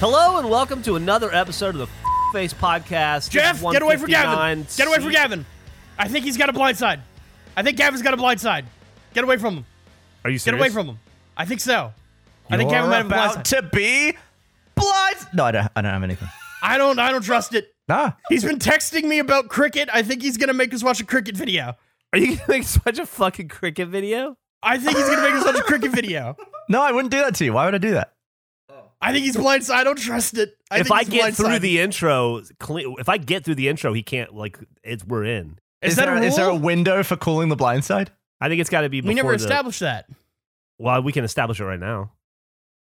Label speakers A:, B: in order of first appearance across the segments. A: Hello and welcome to another episode of the Face Podcast. This
B: Jeff,
A: is
B: get away from
A: 159.
B: Gavin. Get away from Gavin. I think he's got a blind side. I think Gavin's got a blind side. Get away from him.
C: Are you
B: Get
C: serious?
B: away from him. I think so. I think
C: You're
B: Gavin might have a blind
C: about
B: side.
C: to be blind.
D: No, I don't. I don't have anything.
B: I don't. I don't trust it.
D: Nah.
B: He's been texting me about cricket. I think he's gonna make us watch a cricket video.
A: Are you gonna make such a fucking cricket video?
B: I think he's gonna make us watch a cricket video.
D: No, I wouldn't do that to you. Why would I do that?
B: I think he's blind. I don't trust it. I
A: if
B: think
A: I
B: he's
A: get through
B: blindsided.
A: the intro, clean, if I get through the intro, he can't like it's we're in.
B: is, that
D: there,
B: a rule?
D: is there a window for calling the blind side?
A: I think it's got to be. Before
B: we never
A: the,
B: established that.
A: Well, we can establish it right now.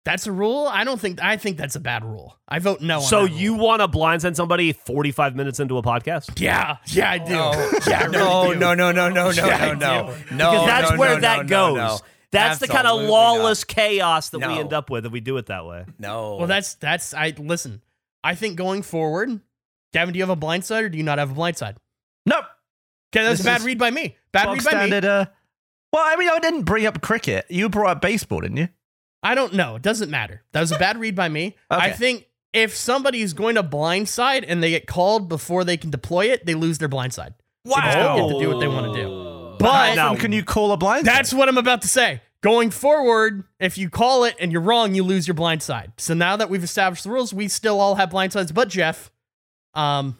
B: That's a rule. I don't think. I think that's a bad rule. Oh, I vote no. on
A: so
B: that
A: you
B: rule.
A: want to blindside somebody 45 minutes into a podcast?
B: Yeah. Yeah, I do.
E: Oh.
B: yeah, I really
D: no,
B: do.
D: no, no, no, no, no,
B: Yeah, I
D: no, no, no.
A: because that's
D: no,
A: where
D: no,
A: that
D: no,
A: goes.
D: no, no.
A: That's the kind of
D: Absolutely
A: lawless chaos that we
D: No.
A: end up with if we do it that way.
D: not. No.
B: Well, that's that's I listen. I think going forward, Gavin, do you have a blind side or do you not have a blind side?
D: nope.
B: Okay, that's
D: This
B: a bad
D: is
B: read by me. Bad
D: Bog
B: read by me.
D: standard. Uh, well, I mean, I didn't bring up cricket. You brought up baseball, didn't you?
B: I don't know. It doesn't matter. That was a bad read by me. I
D: Okay.
B: think if somebody's going to blindside and they get called before they can deploy it, they lose their blindside. They just don't get to do what they want to do. But
A: No.
D: Oh. How often can you call a blind?
B: that's what I'm about to say. Going forward, if you call it and you're wrong, you lose your blind side. So now that we've established the rules, we still all have blind sides, but Jeff, um,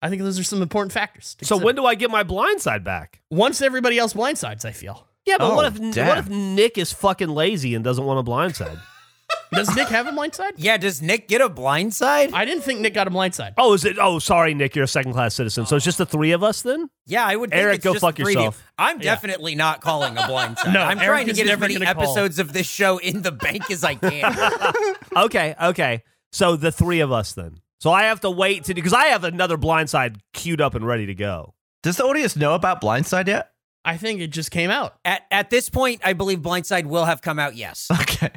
B: I think those are some important factors. to
A: So
B: consider.
A: when do I get my blindside back?
B: once everybody else blindsides, I feel.
A: Yeah, but
D: Oh,
A: what if what
D: damn.
A: if Nick is fucking lazy and doesn't want a blindside?
B: Does Nick have a blindside?
E: Yeah, does Nick get a blindside?
B: I didn't think Nick got a blindside.
A: Oh, is it? Oh, sorry, Nick, you're a second class citizen. So it's just the three of us then?
E: Yeah, I would. Think
A: Eric,
E: it's
A: go
E: just
A: fuck
E: the three of
A: yourself.
E: you. I'm definitely not calling a blindside.
B: No,
E: I'm
B: Eric
E: trying to
B: is
E: get as
B: never
E: many
B: gonna call.
E: episodes of this show in the bank as I can.
A: Okay, okay. So the three of us then. So I have to wait to do because I have another blindside queued up and ready to go.
D: Does the audience know about blindside yet?
B: I think it just came out.
E: at at this point, I believe blindside will have come out. Yes.
D: Okay.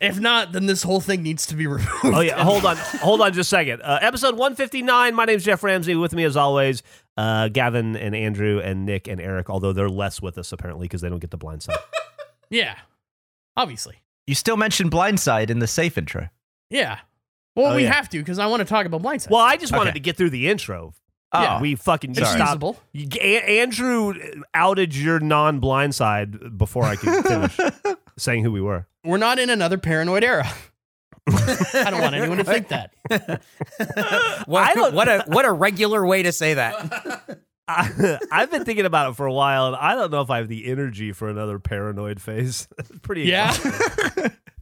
B: If not, then this whole thing needs to be removed.
A: Oh yeah, hold on, hold on, just a second. Uh, episode one fifty nine. My name's Jeff Ramsey. With me as always, uh, Gavin and Andrew and Nick and Eric. Although they're less with us apparently because they don't get the blindside.
B: Yeah. Obviously.
D: You still mentioned blindside in the safe intro.
B: Yeah. Well,
A: Oh,
B: we
A: yeah.
B: have to because I want to talk about blindside.
A: well, I just wanted
D: Okay.
A: to get through the intro.
D: Oh,
B: Yeah,
A: We fucking
B: it's
A: you stopped.
B: usable.
A: You- A- Andrew outed your non blindside before I could finish saying who we were.
B: We're not in another paranoid era. I don't want anyone to think that.
E: What,
A: I don't-
E: what a what a regular way to say that.
A: I, I've been thinking about it for a while, and I don't know if I have the energy for another paranoid phase. It's Pretty
B: Yeah.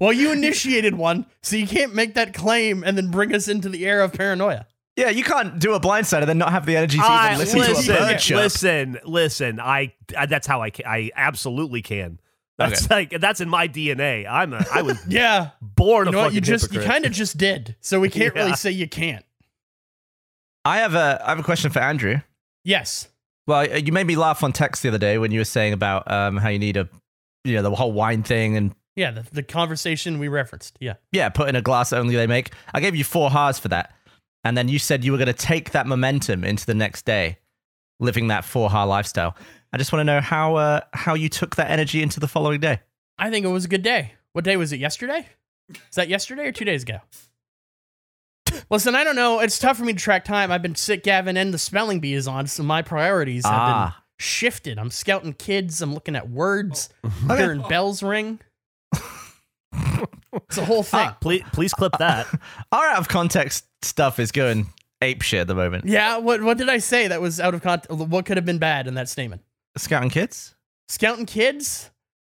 B: well, you initiated one, so you can't make that claim and then bring us into the era of paranoia.
D: yeah. You can't do a blindside and then not have the energy to
A: I,
D: even listen,
A: listen,
D: to a bird chirp.
A: listen, listen. I, I that's how I can, I absolutely can. That's like that's in my DNA. I'm a I was
B: Yeah.
A: born
B: You know
A: a
B: what?
A: fucking
B: You just you
A: hypocrite.
B: kind of just did. So we can't really
A: Yeah.
B: say you can't.
D: I have a. I have a question for Andrew.
B: Yes.
D: Well, uh, you made me laugh on text the other day when you were saying about um, how you need a, you know, the whole wine thing and
B: Yeah, the, the conversation we referenced. Yeah.
D: yeah, put in a glass that only they make. I gave you four hearts for that, and then you said you were going to take that momentum into the next day, living that four heart lifestyle. I just want to know how uh, how you took that energy into the following day.
B: I think it was a good day. What day was it? Yesterday? Is that yesterday or two days ago? Listen, I don't know. It's tough for me to track time. I've been sick, Gavin, and the spelling bee is on, so my priorities have
D: Ah.
B: been shifted. I'm scouting kids. I'm looking at words.
D: Okay.
B: Hearing bells ring. it's a whole thing.
D: Ah.
A: please, please clip that.
D: Our out of context stuff is going ape shit at the moment.
B: yeah. What What did I say that was out of context? What could have been bad in that statement?
D: Scouting kids.
B: Scouting kids.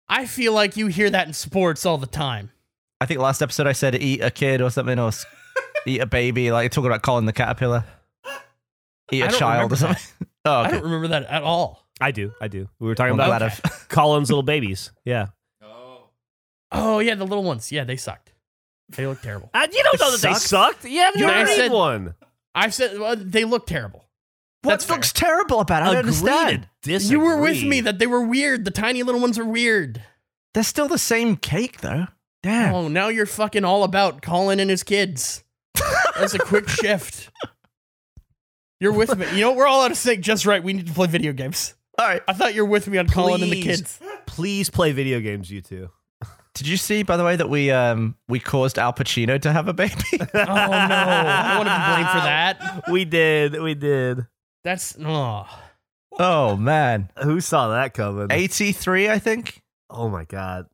B: I feel like you hear that in sports all the time.
D: I think last episode I said eat a kid or something or s- eat a baby, like talking about Colin the caterpillar. Eat
B: I
D: a
B: don't
D: child
B: remember
D: or something. Oh,
B: I
D: okay.
B: don't remember that at all.
A: I do, I do. We were talking
D: I'm
A: about
D: glad I've-
A: Colin's little babies. Yeah,
B: Oh yeah, the little ones. Yeah, they sucked. They look terrible.
A: Uh, you don't know that they
D: Sucked?
A: sucked. You haven't
B: You
A: even
B: know, I
A: seen
B: said-
A: one.
B: I said well, they look terrible.
D: What
B: That's
D: looks terrible about it? I don't understand.
B: You were with me that they were weird. The tiny little ones are weird.
D: They're still the same cake, though. Damn.
B: Oh, now you're fucking all about Colin and his kids. That's a quick shift. You're with me. You know what? we're all out of sync just right. We need to play video games.
D: All right.
B: I thought you were with me on Colin and the
A: Please.
B: kids. Oh,
A: Please play video games, you two.
D: Did you see, by the way, that we um we caused Al Pacino to have a baby?
B: Oh no, I want to be blamed for that.
A: we did. We did.
B: That's oh.
D: oh man,
A: Who saw that coming?
D: eighty-three, I think.
A: Oh my god.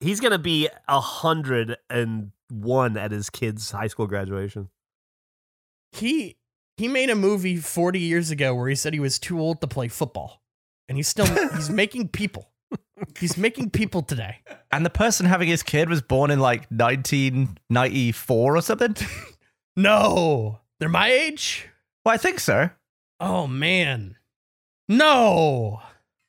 A: He's gonna be a hundred and one at his kid's high school graduation.
B: he he made a movie 40 years ago where he said he was too old to play football, and he's still he's making people. He's making people today.
D: And the person having his kid was born in like nineteen ninety-four or something.
B: No, they're my age.
D: Well, I think so.
B: Oh man, no.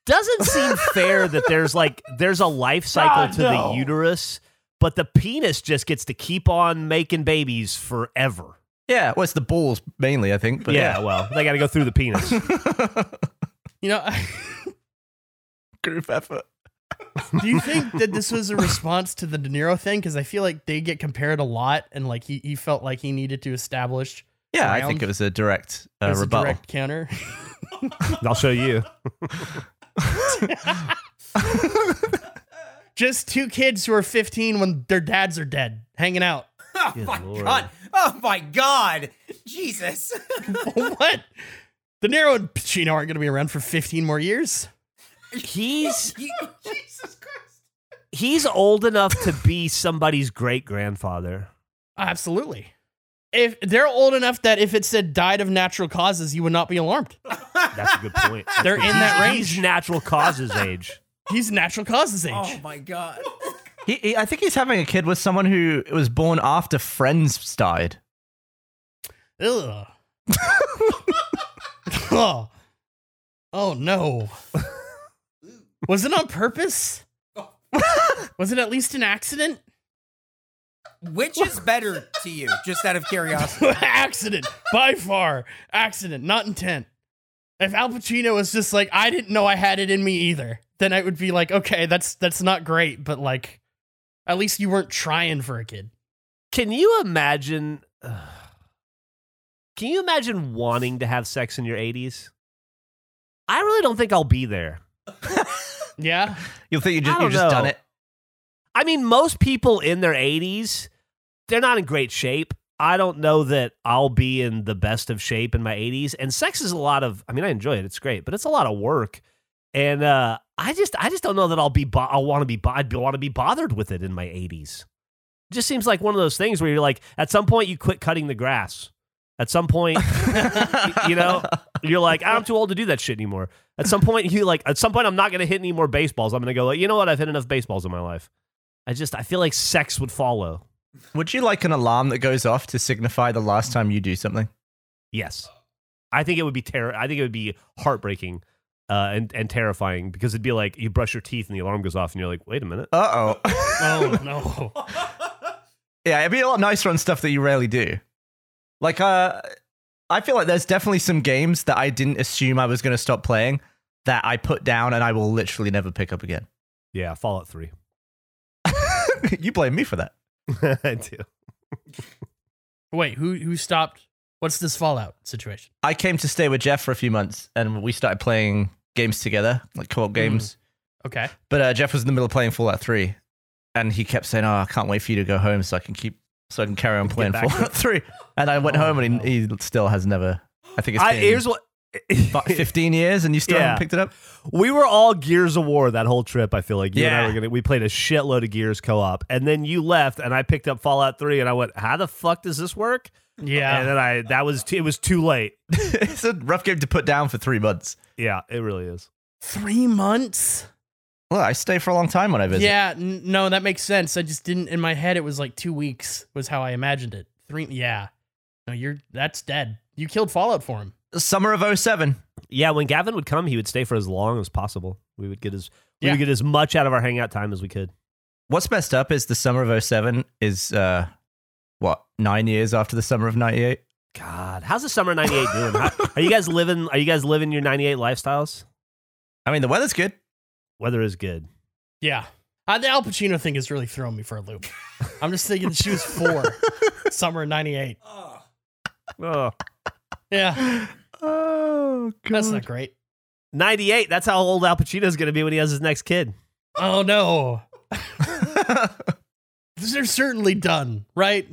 A: Doesn't seem fair that there's like there's a life cycle
B: God,
A: to
B: no.
A: the uterus, but the penis just gets to keep on making babies forever.
D: Yeah, well, it's the balls mainly, I think. But
A: yeah,
D: yeah,
A: well, they got to go through the penis.
B: You know,
D: group effort.
B: do you think that this was a response to the De Niro thing? Because I feel like they get compared a lot, and like he, he felt like he needed to establish
D: Yeah, I
B: Round.
D: think it was a direct uh,
B: as a
D: rebuttal.
B: direct counter.
A: I'll show you.
B: Just two kids who are 15 when their dads are dead, hanging out.
E: Oh
A: Good
E: my
A: lord.
E: god. Oh my god. Jesus.
B: what? De Niro and Pacino aren't going to be around for 15 more years.
A: He's
E: You- Jesus Christ.
A: he's old enough to be somebody's great grandfather.
B: Absolutely. If they're old enough that if it said died of natural causes, you would not be alarmed.
A: That's a good point.
B: They're in that
A: He's
B: range.
A: natural causes age.
B: He's natural causes age.
E: Oh my god.
D: He, he, I think he's having a kid with someone who was born after Friends died.
B: Ugh. oh. oh no. Was it on purpose? Was it at least an accident?
E: Which is better to you, just out of curiosity?
B: accident by far accident not intent if al pacino was just like i didn't know i had it in me either then i would be like okay that's that's not great but like at least you weren't trying for a kid
A: Can you imagine? can you imagine wanting to have sex in your 80s? I really don't think I'll be there.
B: yeah
D: You'll think you just,
A: I don't
D: you've just done
A: know.
D: it.
A: I mean, most people in their 80s, they're not in great shape. I don't know that I'll be in the best of shape in my 80s. And sex is a lot of, I mean, I enjoy it. It's great, but it's a lot of work. And uh, I just, I just don't know that I'll be, bo- I'll want to be, bo- I'd want to be bothered with it in my 80s. It just seems like one of those things where you're like, at some point you quit cutting the grass. At some point, you know, you're like, I'm too old to do that shit anymore. At some point, you like, at some point, I'm not going to hit any more baseballs. I'm going to go like, you know what? I've hit enough baseballs in my life. I just, I feel like sex would follow.
D: Would you like an alarm that goes off to signify the last time you do something?
A: Yes, I think it would be terror. I think it would be heartbreaking uh, and and terrifying because it'd be like you brush your teeth and the alarm goes off and you're like, wait a minute.
D: Uh oh.
B: oh no
D: yeah, it'd be a lot nicer on stuff that you rarely do. Like, uh, I feel like there's definitely some games that I didn't assume I was going to stop playing that I put down and I will literally never pick up again.
A: Yeah, Fallout Three.
D: you blame me for that.
A: I do.
B: wait who who stopped what's this fallout situation
D: I came to stay with Jeff for a few months and we started playing games together, like
A: Hmm.
D: co op games.
B: okay
D: But uh, Jeff was in the middle of playing Fallout 3 and he kept saying, Oh, I can't wait for you to go home so I can keep, so I can carry on playing
A: back to
D: Fallout 3. And I went home and he, he still has never, I think it's
A: I,
D: been
A: here's what.
D: fi- 15 years and you still
A: Yeah.
D: haven't picked it up?
A: We were all Gears of War that whole trip. I feel like you and I
D: Yeah.
A: were gonna. We played a shitload of Gears co-op, and then you left, and I picked up Fallout Three, and I went, "How the fuck does this work?"
B: yeah
A: And then I that was t- it was too late.
D: it's a rough game to put down for three months.
A: Yeah, it really is.
B: three months
D: Well, I stay for a long time when I visit.
B: yeah n- no that makes sense i just didn't in my head it was like two weeks was how i imagined it three yeah no you're that's dead you killed fallout for him
D: Summer of 07.
A: Yeah, when Gavin would come, he would stay for as long as possible. We would get as we
B: Yeah.
A: would get as much out of our hangout time as we could.
D: What's messed up is the summer of 07 is, uh, what, nine years after the summer of 98?
A: God, how's the summer '98 doing? How, are you guys living? Are you guys living your '98 lifestyles?
D: I mean, the weather's good.
A: Weather is good.
B: Yeah. Uh, the Al Pacino thing has really thrown me for a loop. I'm just thinking she was four, summer of 98.
E: Oh.
A: Oh.
B: Yeah,
D: Oh, God.
B: that's not great.
A: 98. That's how old Al Pacino's going to be when he has his next kid.
B: Oh, no. They're certainly done, right?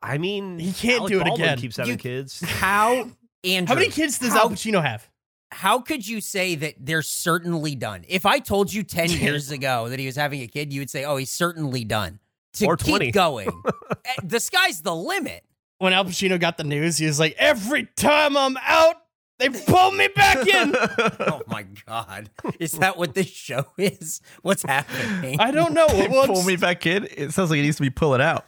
A: I mean,
B: He can't
A: Alec
B: do it
A: Baldwin
B: again.
A: Keeps having
E: You-
A: kids.
E: How,
B: How
E: Andrew?
B: many kids does
E: how-
B: Al Pacino have?
E: How could you say that they're certainly done? If I told you 10 years ago that he was having a kid, you would say, oh, he's certainly done. To
A: Or
E: keep
A: 20.
E: going. eh, the sky's the limit.
B: When Al Pacino got the news, he was like, "Every time I'm out, they pull me back in."
E: Oh my God. Is that what this show is? What's happening?
B: I don't know. It
D: Pull
B: was
D: me back in. It sounds like it needs to be pulling out.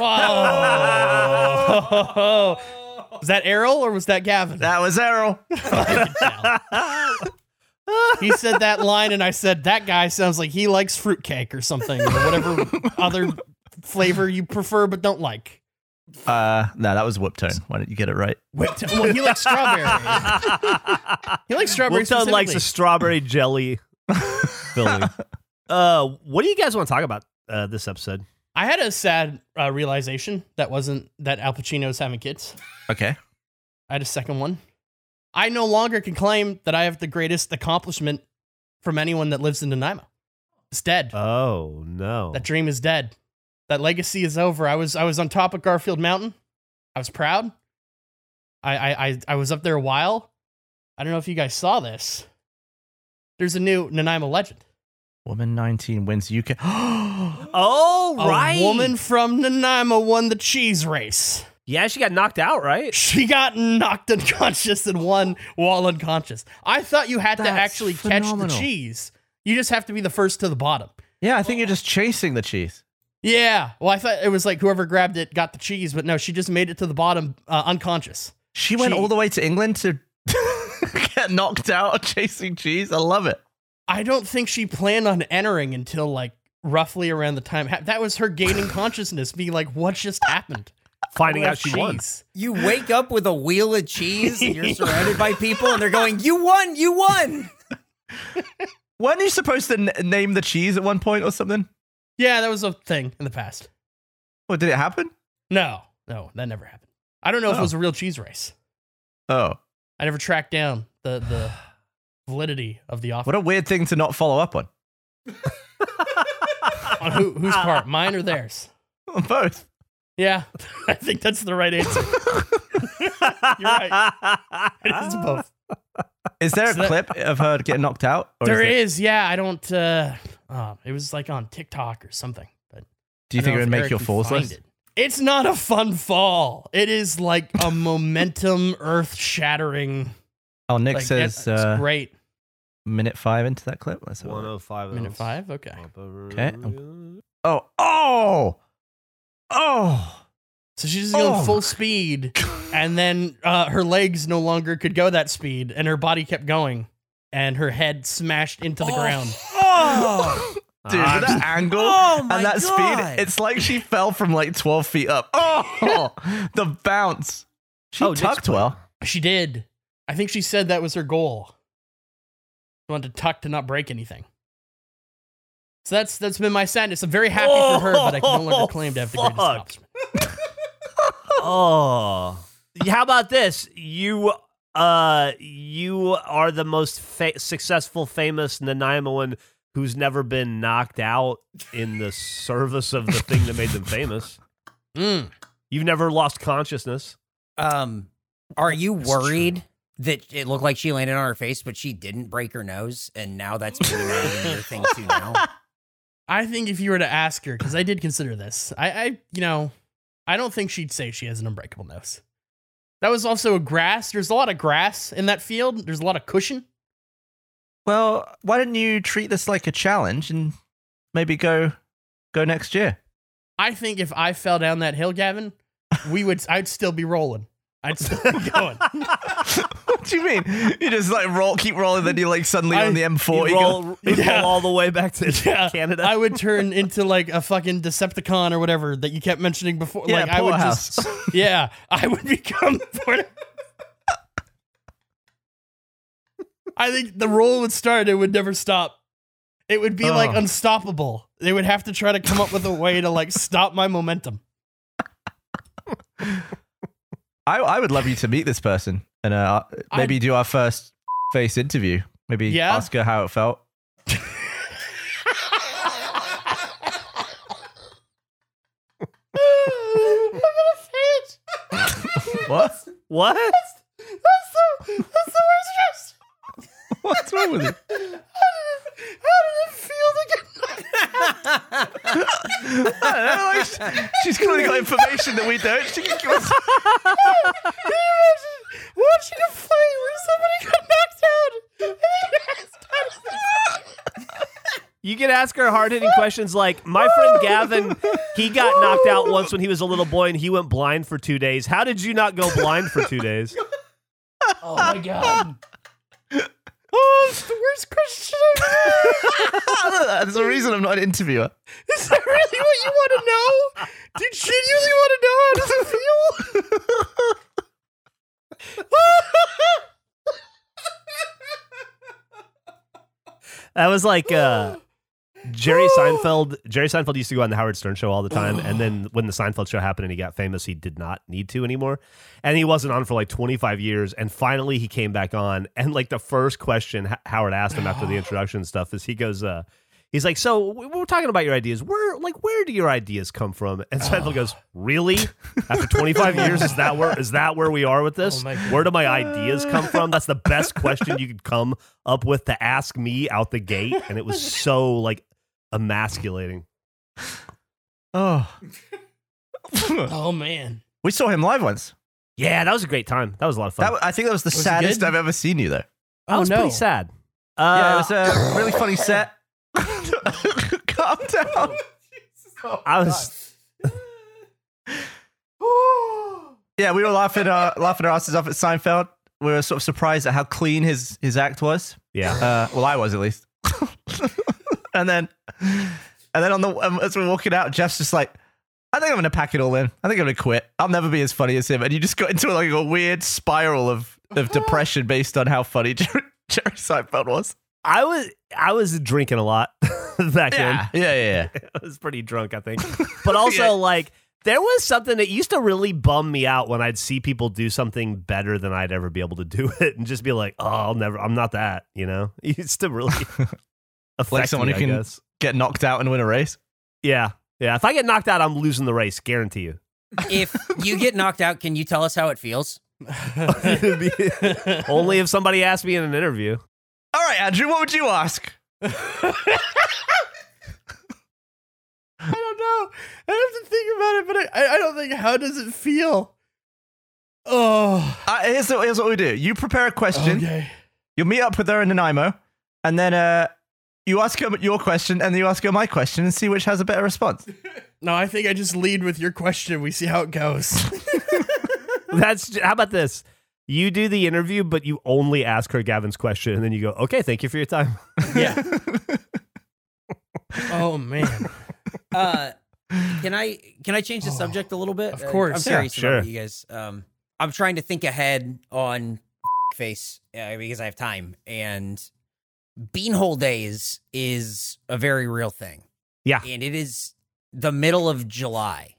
B: Oh. Was that Errol or was that Gavin?
D: That was Errol.
B: he said that line, and I said that guy sounds like he likes fruitcake or something, or whatever other flavor you prefer but don't like.
D: Uh, no, that was Whoop Tone. Why didn't you get it right?
B: Wait, t- well, he likes strawberry. he likes strawberry.
A: Wilton likes a
B: specifically.
A: strawberry jelly filling. Uh, what do you guys want to talk about uh, this episode?
B: I had a sad uh, realization that wasn't that Al Pacino's having kids.
D: Okay.
B: I had a second one. I no longer can claim that I have the greatest accomplishment from anyone that lives in Nanaimo. It's dead.
A: Oh no,
B: That dream is dead. That legacy is over. I was I was on top of Garfield Mountain. I was proud. I I I, I was up there a while. I don't know if you guys saw this. There's a new Nanaimo legend.
D: Woman 19 wins UK.
A: oh
B: A
A: right,
B: woman from Nanaimo won the cheese race.
A: Yeah, she got knocked out, right?
B: She got knocked unconscious and won while unconscious. I thought you had to
D: That's
B: actually catch
D: phenomenal.
B: the cheese. You just have to be the first to the bottom.
D: yeah, I think you're just chasing the cheese.
B: Yeah. Well, I thought it was like whoever grabbed it got the cheese, but no, she just made it to the bottom uh, unconscious.
D: She went
B: She-
D: all the way to England to get knocked out chasing cheese. I love it.
B: I don't think she planned on entering until like roughly around the time. ha- That was her gaining consciousness, being like, what just happened?
A: Finding
B: Well,
A: out she won.
B: cheese.
E: You wake up with a wheel of cheese and you're surrounded by people and they're going, You won, you won.
D: Weren't you supposed to n- name the cheese at one point or something?
B: Yeah, that was a thing in the past.
D: Or did it happen?
B: No, no, that never happened. I don't know if it
D: Oh.
B: was a real cheese race.
D: Oh,
B: I never tracked down the, the validity of the offer.
D: what a weird thing to not follow up on.
B: on who, whose part, mine or theirs?
D: On both.
B: Yeah, I think that's the right answer. You're right. It is both.
D: Is there a
B: So that-
D: clip of her getting knocked out? Or
B: There
D: it-
B: is, yeah. I don't. uh um, It was like on TikTok or something. But
D: Do you
B: I
D: think
B: don't
D: it would
B: know if
D: make
B: Eric
D: your
B: can
D: falls
B: find
D: list?
B: it. It's not a fun fall. It is like a momentum, earth shattering.
D: Oh, Nick
B: Like,
D: says
B: it's
D: uh,
B: great. oh.
D: minute five into that clip. Let's have a look.
A: 105
B: Minute five. Okay.
A: Okay.
D: Oh, oh, oh.
B: So she's just going
D: Oh.
B: full speed, and then uh, her legs no longer could go that speed, and her body kept going, and her head smashed into the ground.
D: Oh, dude, with that angle
E: Oh my
D: and that speed,
E: God.
D: it's like she fell from like 12 feet up. Oh, the bounce. She
A: Oh, Nick's
D: tucked
A: point.
D: well.
B: She did. I think she said that was her goal. She wanted to tuck to not break anything. So that's that's been my sadness. I'm very happy for her, but I can no
A: Oh,
B: longer claim to have the greatest
A: fuck.
B: accomplishment.
A: Oh. How about this? You uh you are the most fa- successful famous Nanaimoan who's never been knocked out in the service of the thing that made them famous.
B: Mm.
A: You've never lost consciousness.
E: Um, are you worried that it looked like she landed on her face, but she didn't break her nose, and now that's maybe not even your thing too now?
B: I think if you were to ask her, because I did consider this, I, I, you know, I don't think she'd say she has an unbreakable nose. That was also a grass. There's a lot of grass in that field. There's a lot of cushion.
D: Well, why didn't you treat this like a challenge and maybe go go next year?
B: I think if I fell down that hill, Gavin, we would. I'd still be rolling. I'd still be going.
D: what do you mean? You just like roll, keep rolling, then you like suddenly
B: I-
D: on the
A: You
D: M4. You go,
A: roll, you
B: Yeah.
A: roll all the way back to
B: Yeah,
A: Canada.
B: I would turn into like a fucking Decepticon or whatever that you kept mentioning before.
D: yeah,
B: like I would
D: poorhouse.
B: just Yeah, I would become Porter. I think the roll would start, it would never stop. It would be like
D: Oh.
B: unstoppable. They would have to try to come up with a way to like stop my momentum.
D: I, I would love you to meet this person and uh, maybe do our first face interview. Maybe
B: Yeah?
D: ask her how it felt. What?
A: What?
B: That's the, that's the worst
D: What's wrong with you?
B: dress. How did it feel to get
D: I don't know. she's- She's clearly got information that we don't. She can give us.
B: watching a fight where somebody got knocked out? And they asked how does it feel?
A: You can ask her hard hitting questions like My friend Gavin, he got knocked out once when he was a little boy and he went blind for two days. How did you not go blind for two days?
B: Oh my god. Oh, it's the worst question I've ever heard.
D: There's a reason I'm not an interviewer.
B: Is that really what you want to know? Do you genuinely want to know how does it feel?
A: That was like uh, Jerry Seinfeld. Jerry Seinfeld used to go on the Howard Stern show all the time. And then when the Seinfeld show happened and he got famous, he did not need to anymore. And he wasn't on for like 25 years. And finally he came back on. And like the first question H- Howard asked him after the introduction and stuff is he goes, uh, He's like, so we we were talking about your ideas. Where, like, where do your ideas come from? And Seinfeld goes, "Really? After 25 years, is that where is that where we are with this?
B: my
A: where do my ideas come from? That's the best question you could come up with to ask me out the gate." And it was so like emasculating.
D: Oh.
B: Oh man.
D: we saw him live once.
A: Yeah, that was a great time. That was a lot of fun.
D: That, wa- I think that was the
B: Was he
D: saddest
B: good?
D: I've ever seen you, though.
A: I was pretty sad. Uh,
D: yeah, it was a really funny set. Calm down.
B: Oh,
A: I was.
D: Yeah, we were laughing our laughing our asses off at Seinfeld. We were sort of surprised at how clean his his act was.
A: Yeah.
D: Uh, well, I was at least. and then, and then on the um, as we're walking out, Jeff's just like, "I think I'm gonna pack it all in. I think I'm gonna quit. I'll never be as funny as him." And you just got into like a weird spiral of of depression based on how funny Jerry, Jerry Seinfeld was.
A: I was I was drinking a lot back then.
D: Yeah, yeah, yeah. yeah.
A: I was pretty drunk, I think. But also, like, there was something that used to really bum me out when I'd see people do something better than I'd ever be able to do it and just be like, oh, I'll never, I'm not that, you know? It used to really affect
D: Like someone
A: me,
D: who
A: I
D: can-
A: guess.
D: Get knocked out and win a race.
A: Yeah. Yeah. If I get knocked out, I'm losing the race, guarantee you.
E: if you get knocked out, can you tell us how it feels?
A: Only if somebody asked me in an interview.
D: All right, Andrew, what would you ask?
B: I don't know. I have to think about it, but I, I don't think how does it feel? Oh.
D: Uh, here's, the- here's what we do. You prepare a question.
B: Okay.
D: You'll meet up with her in Nanaimo, and then uh, you ask her your question, and then you ask her my question, and see which has a better response.
B: No, I think I just lead with your question. We see how it goes.
A: That's, how about this? You do the interview, but you only ask her Gavin's question, and then you go, okay, thank you for your time.
B: yeah. oh man.
E: Uh, can I can I change the subject a little bit?
B: Oh, Of
E: Uh,
B: course.
E: I'm
B: Yeah,
E: serious about
A: sure.
E: it, you guys. Um, I'm trying to think ahead on face uh, because I have time and beanhole days is a very real thing.
A: Yeah.
E: and it is the middle of July.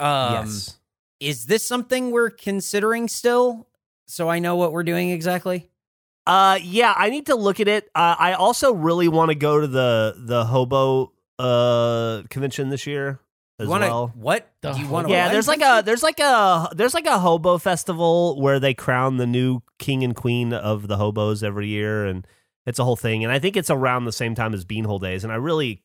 E: Um,
A: yes.
E: is this something we're considering still? So I know what we're doing exactly.
A: Uh, yeah, I need to look at it. Uh, I also really want to go to the the hobo uh convention this year
E: You
A: as
E: wanna-
A: well.
E: What
B: The
E: do you want?
B: whole-
A: Yeah, there's like a there's like a there's like a hobo festival where they crown the new king and queen of the hobos every year, and it's a whole thing. And I think it's around the same time as Beanhole Days. And I really,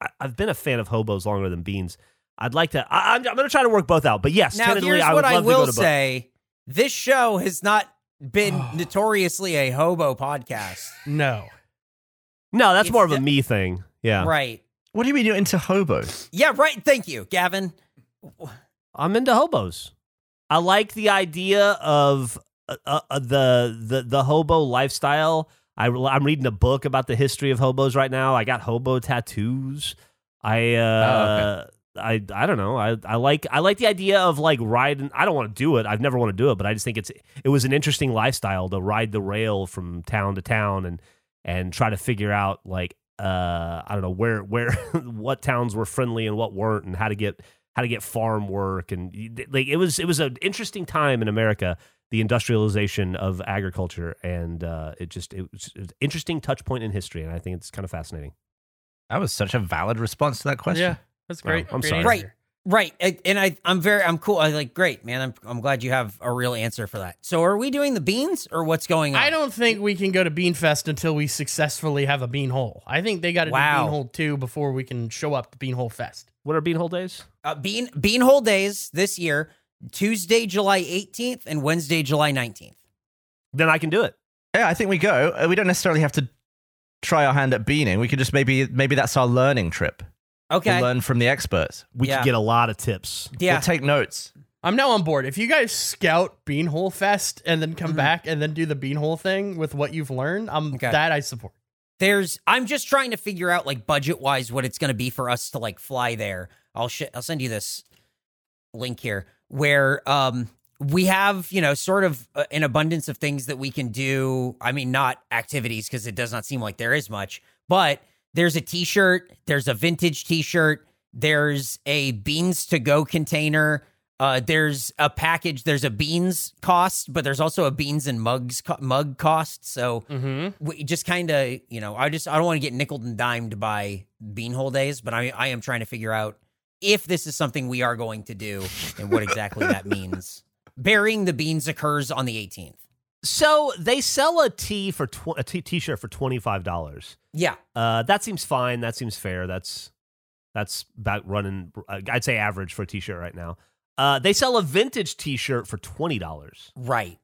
A: I, I've been a fan of hobos longer than beans. I'd like to. I, I'm, I'm going to try to work both out. But yes,
E: Now,
A: candidly,
E: here's
A: I would
E: what I
A: love
E: will
A: to go to both.
E: say: this show has not been notoriously a hobo podcast,
B: No.
A: No, that's
E: It's
A: more of a
E: the-
A: me thing. Yeah,
E: right?
D: What do you mean you're into hobos?
E: Yeah, right. Thank you, Gavin.
A: I'm into hobos. I like the idea of uh, uh, the the the hobo lifestyle. I, am reading a book about the history of hobos right now. I got hobo tattoos. I uh, I I don't know. I, I like I like the idea of like riding. I don't want to do it. I've never want to do it, but I just think it's it was an interesting lifestyle to ride the rail from town to town and and try to figure out like uh I don't know where where what towns were friendly and what weren't and how to get how to get farm work and y- like it was it was an interesting time in America the industrialization of agriculture and uh, it just it was an interesting touch point in history and I think it's kind of fascinating.
D: That was such a valid response to that question.
B: Yeah. That's
A: Wow,
B: great.
A: I'm
B: Great
A: sorry.
B: answer.
E: Right. Right. I- And I I'm very I'm cool. I like great, man. I'm I'm glad you have a real answer for that. So are we doing the beans or what's going on?
B: I don't think we can go to Beanfest until we successfully have a bean hole. I think they got to
E: Wow.
B: do bean hole two before we can show up to bean hole fest.
A: What are bean hole days?
E: Uh, bean bean hole days this year, Tuesday, July 18th and Wednesday, July 19th.
A: Then I can do it.
D: Yeah, I think we go. Uh, We don't necessarily have to try our hand at beaning. We could just maybe maybe that's our learning trip.
E: Okay.
D: We'll learn from the experts.
A: We
E: Yeah.
A: could get a lot of tips.
E: yeah.
D: We'll take notes.
B: I'm now on board. If you guys scout bean hole fest and then come back and then do the bean hole thing with what you've learned, I'm
E: Mm-hmm. Okay.
B: that I support.
E: There's I'm just trying to figure out like budget wise what it's going to be for us to like fly there. I'll sh- I'll send you this link here where um we have, you know, sort of uh, an abundance of things that we can do. I mean, not activities because it does not seem like there is much, but there's a t-shirt, there's a vintage t-shirt, there's a beans to go container, uh there's a package, there's a beans cost, but there's also a beans and mugs co- mug cost, so
B: Mm-hmm.
E: we just kind of you know i just i don't want to get nickled and dimed by beanhole days but i i am trying to figure out if this is something we are going to do and what exactly that means burying the beans occurs on the 18th
A: So they sell a tee for tw- a t- t-shirt for twenty five dollars.
E: yeah
A: Uh, that seems fine. That seems fair. That's that's about running. Uh, I'd say average for a t-shirt right now. Uh, they sell a vintage t-shirt for twenty dollars.
E: right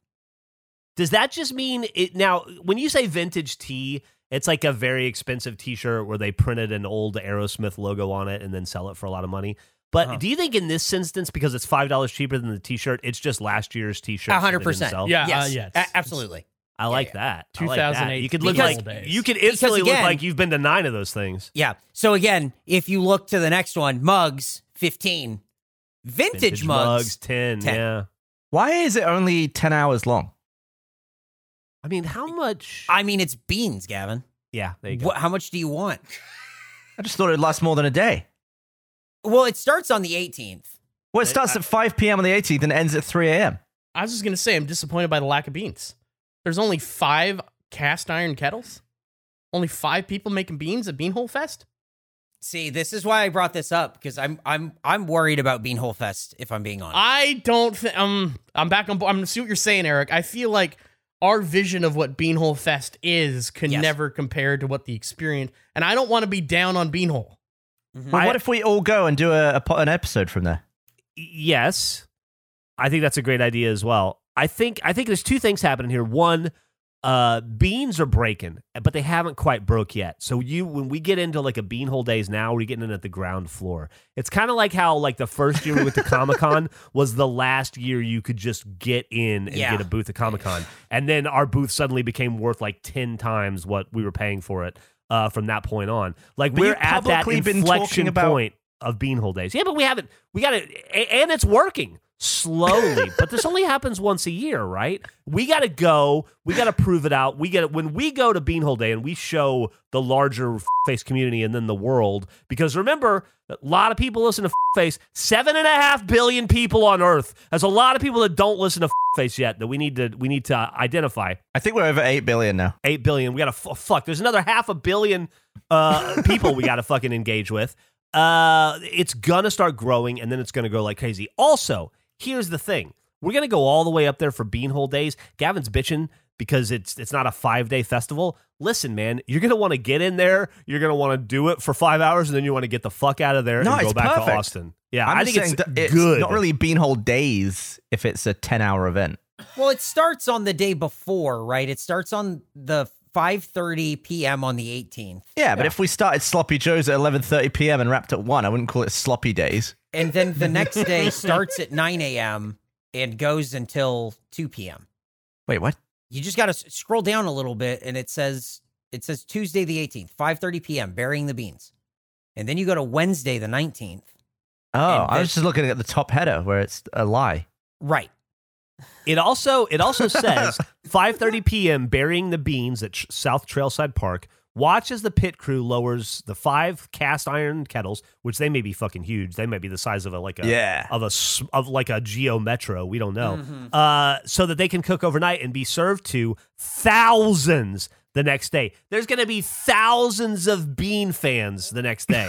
A: Does that just mean it? Now, when you say vintage tee, it's like a very expensive T-shirt where they printed an old Aerosmith logo on it and then sell it for a lot of money. But
E: Uh-huh.
A: do you think in this instance, because it's five dollars cheaper than the T-shirt, it's just last year's T-shirt?
E: A 100%
B: Yeah, uh,
E: yes,
B: yes.
E: A- absolutely
A: I like
E: yeah.
A: that. I like that.
B: 2008
A: You could look
E: Because-
A: like
B: days.
A: you could instantly
E: again-
A: look like you've been to nine of those things.
E: yeah so again if you look to the next one mugs 15 vintage, mugs,
A: ten,
E: 10.
A: Yeah.
D: Why is it only ten hours long?
A: I mean, how much?
E: i mean it's beans gavin
A: yeah. There you go.
E: what, how much do you want
D: I just thought it lasts more than a day.
E: well it starts on the 18th
D: Well, it starts at five p.m. on the 18th and ends at three a.m.
B: I was just gonna say I'm disappointed by the lack of beans. There's only five cast iron kettles. Only five people making beans at Bean Hole Fest.
E: See, this is why I brought this up because I'm I'm I'm worried about Bean Hole Fest. If I'm being honest,
B: I don't. Th- um, I'm back on. bo- I'm see what you're saying, Eric. I feel like our vision of what Beanhole Fest is can
E: Yes.
B: never compare to what the experience. And I don't want to be down on Beanhole.
D: But
A: I-
D: what if we all go and do a, a po- an episode from there?
A: yes i think that's a great idea as well i think i think there's two things happening here one uh beans are breaking but they haven't quite broke yet so you when we get into like a bean hole days now we're getting in at the ground floor it's kind of like how like the first year we went to comic-con was the last year you could just get in and
E: Yeah.
A: get a booth at comic-con and then our booth suddenly became worth like 10 times what we were paying for it uh from that point on like
D: But
A: we're
D: you've
A: at that
D: publicly been
A: inflection
D: talking about-
A: point of beanhole days. Yeah, but we haven't. We got to, and it's working slowly. but this only happens once a year, right? We got to go. We got to prove it out. We got to when we go to beanhole day and we show the larger face community and then the world. Because remember, a lot of people listen to face. Seven and a half billion people on Earth. There's a lot of people that don't listen to face yet that we need to we need to identify.
D: I think we're over eight billion now.
A: Eight billion. We got to f- fuck. There's another half a billion uh, people we got to fucking engage with. Uh, it's gonna start growing, and then it's gonna go like crazy. Also, here's the thing: we're gonna go all the way up there for Beanhole Days. Gavin's bitching because it's it's not a five day festival. Listen, man, you're gonna want to get in there. You're gonna want to do it for five hours, and then you want to get the fuck out of there
D: No,
A: and go
D: it's
A: back to
D: perfect.
A: Austin. Yeah,
D: I'm
A: I
D: just
A: think it's,
D: saying that
A: good.
D: not really beanhole days if it's a ten-hour event.
E: well, it starts on the day before, right? It starts on the 5:30 p.m. on the 18th,
D: Yeah, but if we started sloppy joes at 11:30 p.m. and wrapped at one, I wouldn't call it sloppy days.
E: and then the next day starts at 9 a.m. and goes until 2 p.m.
D: Wait, what?
E: You just got to scroll down a little bit, and it says it says Tuesday the 18th, 5:30 p.m. burying the beans, and then you go to Wednesday the 19th,
D: Oh,
E: And
D: I
E: then-
D: was just looking at the top header where it's a lie.
E: right?
A: It also it also says 5:30 p.m. burying the beans at Tr- South Trailside Park. Watch as the pit crew lowers the five cast iron kettles, which they may be fucking huge. They might be the size of a like a
D: Yeah.
A: of a s- of like a Geo Metro. We
E: Mm-hmm.
A: don't know. Uh, so that they can cook overnight and be served to thousands. the next day. There's going to be thousands of Bean fans the next day.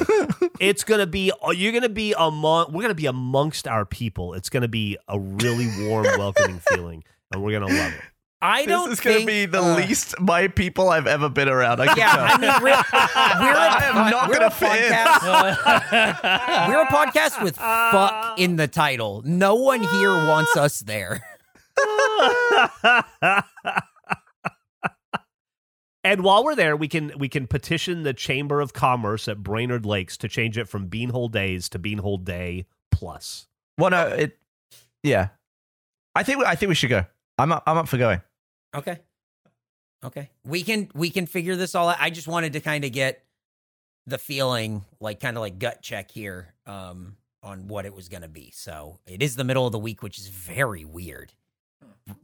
A: it's going to be uh, you're going to be among we're going to be amongst our people. It's going to be a really warm, welcoming feeling, and we're going to love it.
E: I don't
D: this is
E: think
D: gonna be the
E: uh,
D: least my people I've ever been around. I can
E: Yeah,
D: tell.
E: I mean, we're, we're a,
D: I am not
E: we're
D: gonna
E: a
D: fit in.
E: podcast. we're a podcast with "fuck" in the title. No one here wants us there.
A: and while we're there, we can we can petition the Chamber of Commerce at Brainerd Lakes to change it from Beanhole Days to Beanhole Day Plus.
D: Well, no, it. Yeah, I think I think we should go. I'm up, I'm up for going.
E: Okay. Okay. We can we can figure this all out. I just wanted to kind of get the feeling, like kind of like gut check here, um, on what it was gonna be. So it is the middle of the week, which is very weird.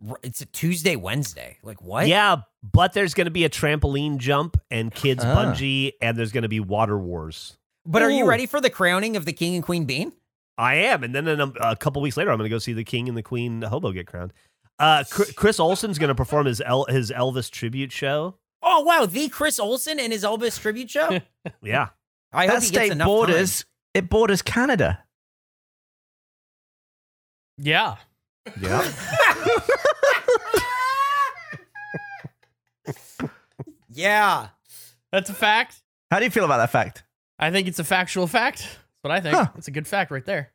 E: R- It's a Tuesday, Wednesday. Like what?
A: Yeah, but there's going to be a trampoline jump and kids
D: Ah.
B: Uh-huh.
A: bungee, and there's going to be water wars.
E: But are you
A: Ooh.
E: ready for the crowning of the king and queen bean?
A: I am, and then in a, a couple weeks later, I'm going to go see the King and the Queen Hobo get crowned. Uh, Chr- Chris Olsen's going to perform his El- his Elvis tribute show.
E: Oh wow, the Chris Olsen and his Elvis tribute show.
A: Yeah,
E: I hope
D: that
E: he
D: state
E: gets enough
D: borders it borders Canada.
B: Yeah.
A: yeah.
E: time. Yeah.
B: That's a fact.
D: How do you feel about that fact?
B: I think it's a factual fact. That's what I think.
D: Huh.
B: It's a good fact right there.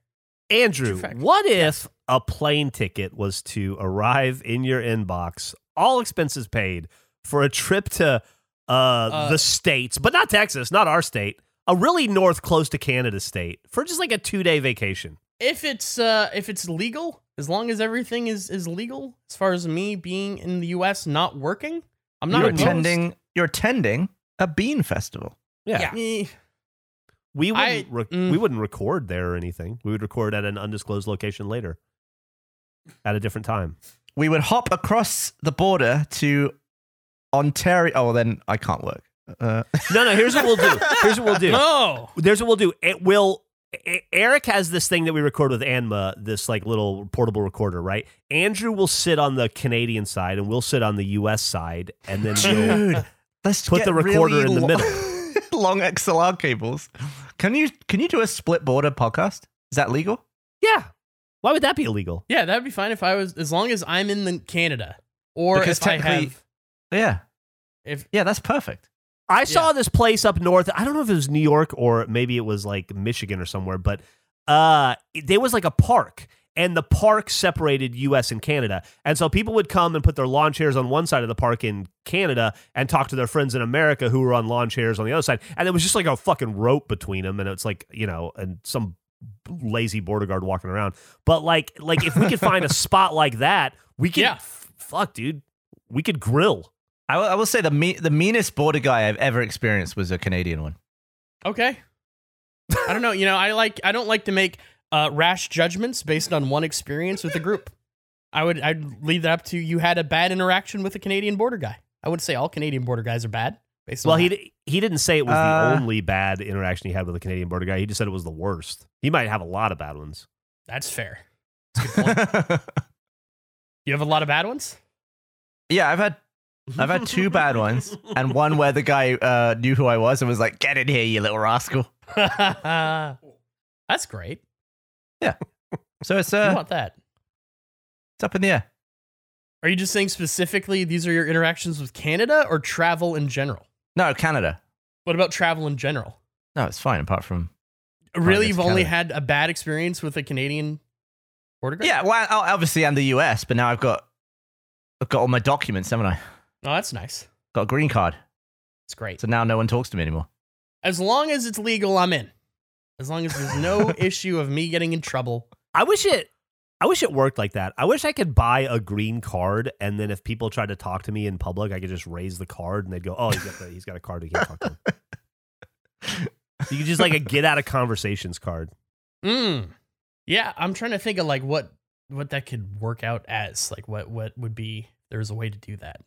A: Andrew,
B: True fact.
A: what if a plane ticket was to arrive in your inbox, all expenses paid, for a trip to uh, the states, but not Texas, not our state, a really north close to Canada state for just like a two day vacation?
B: If it's uh if it's legal, as long as everything is is legal, as far as me being in the US not working, I'm not
D: you're
B: opposed.
D: attending. You're attending a bean festival.
A: Yeah,
E: Yeah.
B: Eh,
A: we
B: I-
A: wouldn't rec-
B: mm.
A: we wouldn't record there or anything. We would record at an undisclosed location later, at a different time.
D: We would hop across the border to Ontario. Oh, well, then I can't work. Uh,
A: No, no. Here's what we'll do. Here's what we'll do.
B: No.
A: There's what we'll do. It will. E- Eric has this thing that we record with Anma, this like little portable recorder, right? Andrew will sit on the Canadian side, and we'll sit on the U.S. side, and then we'll.
D: dude, let's
A: Put
D: get
A: the recorder
D: really
A: in the
D: middle. long XLR cables. Can you can you do a split border podcast? Is that legal?
A: yeah. Why would that be illegal?
B: Yeah, that'd be fine if I was as long as I'm in the Canada or
D: Because
B: if I
D: technically-
B: have
D: Yeah,
B: if
D: yeah, that's perfect.
A: I saw this place up north. I don't know if it was New York or maybe it was like Michigan or somewhere, but uh, it- there was like a park, and the park separated U.S. and Canada, and so people would come and put their lawn chairs on one side of the park in Canada and talk to their friends in America who were on lawn chairs on the other side, and it was just like a fucking rope between them, and it's like you know, and some lazy border guard walking around. But like, like if we could find a spot like that, we could
B: Yeah.
A: f- fuck, dude, we could grill.
D: I will, I will say the me- the meanest border guy I've ever experienced was a Canadian one.
B: Okay. I don't know. You know, I like I don't like to make uh, rash judgments based on one experience with a group. I would I'd leave that up to you had a bad interaction with a Canadian border guy. I would say all Canadian border guys are bad based on
A: Well, he
B: that.
A: d- he didn't say it was
D: Uh,
A: the only bad interaction he had with a Canadian border guy. He just said it was the worst. He might have a lot of bad ones.
B: that's fair. You have a lot of bad ones?
D: yeah, I've had I've had two bad ones and one where the guy uh, knew who I was and was like, "Get in here, you little rascal."
B: that's great.
D: So it's
B: You
D: uh,
B: want that.
D: it's up in the air.
B: Are you just saying specifically these are your interactions with Canada or travel in general?
D: No, Canada.
B: What about travel in general?
D: No, it's fine apart from
B: Really,
D: it's
B: you've only had a bad experience with a Canadian border guard?
D: yeah. Well, I- obviously I'm the U.S., but now I've got I've got all my documents, haven't I?
B: Oh, that's nice.
D: Got a green card,
B: It's great.
D: so now no one talks to me anymore.
B: As long as it's legal, I'm in. As long as there's no issue of me getting in trouble.
A: I wish it. I wish it worked like that. I wish I could buy a green card, and then if people tried to talk to me in public, I could just raise the card, and they'd go, "Oh, he's got, the, he's got a card. We can't talk to him." you could just like a get out of conversations card.
B: Mm. Yeah, I'm trying to think of like what what that could work out as. Like what what would be there's a way to do that.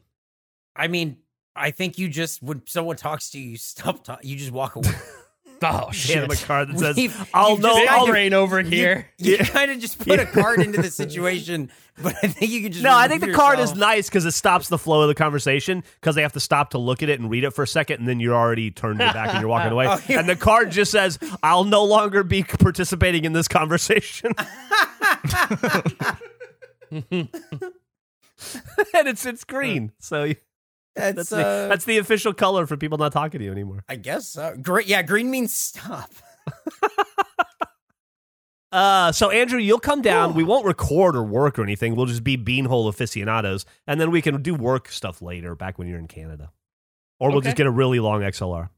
E: I mean, I think you just when someone talks to you, you stop talking. You just walk away.
B: Oh shit!
A: Hand him a card that says,
E: We've-
A: "I'll
E: you've
A: know."
E: just
A: I'll
E: got
B: brain over here.
E: You
A: Yeah.
E: kind of just put a card into the situation, but I think you can just
A: No, I think the
E: remove
A: card is
E: yourself.
A: nice because it stops the flow of the conversation because they have to stop to look at it and read it for a second, and then you're already turned your back and you're walking away.
E: yeah.
A: And the card just says, "I'll no longer be participating in this conversation." and it's it's green, so you-
E: That's,
A: that's
E: uh,
A: the, that's the official color for people not talking to you anymore.
E: I guess so. Great. Yeah, green means stop.
A: Uh, so Andrew, you'll come down. We won't record or work or anything. We'll just be beanhole aficionados, and then we can do work stuff later, back when you're in Canada, or we'll just
B: Okay.
A: get a really long XLR.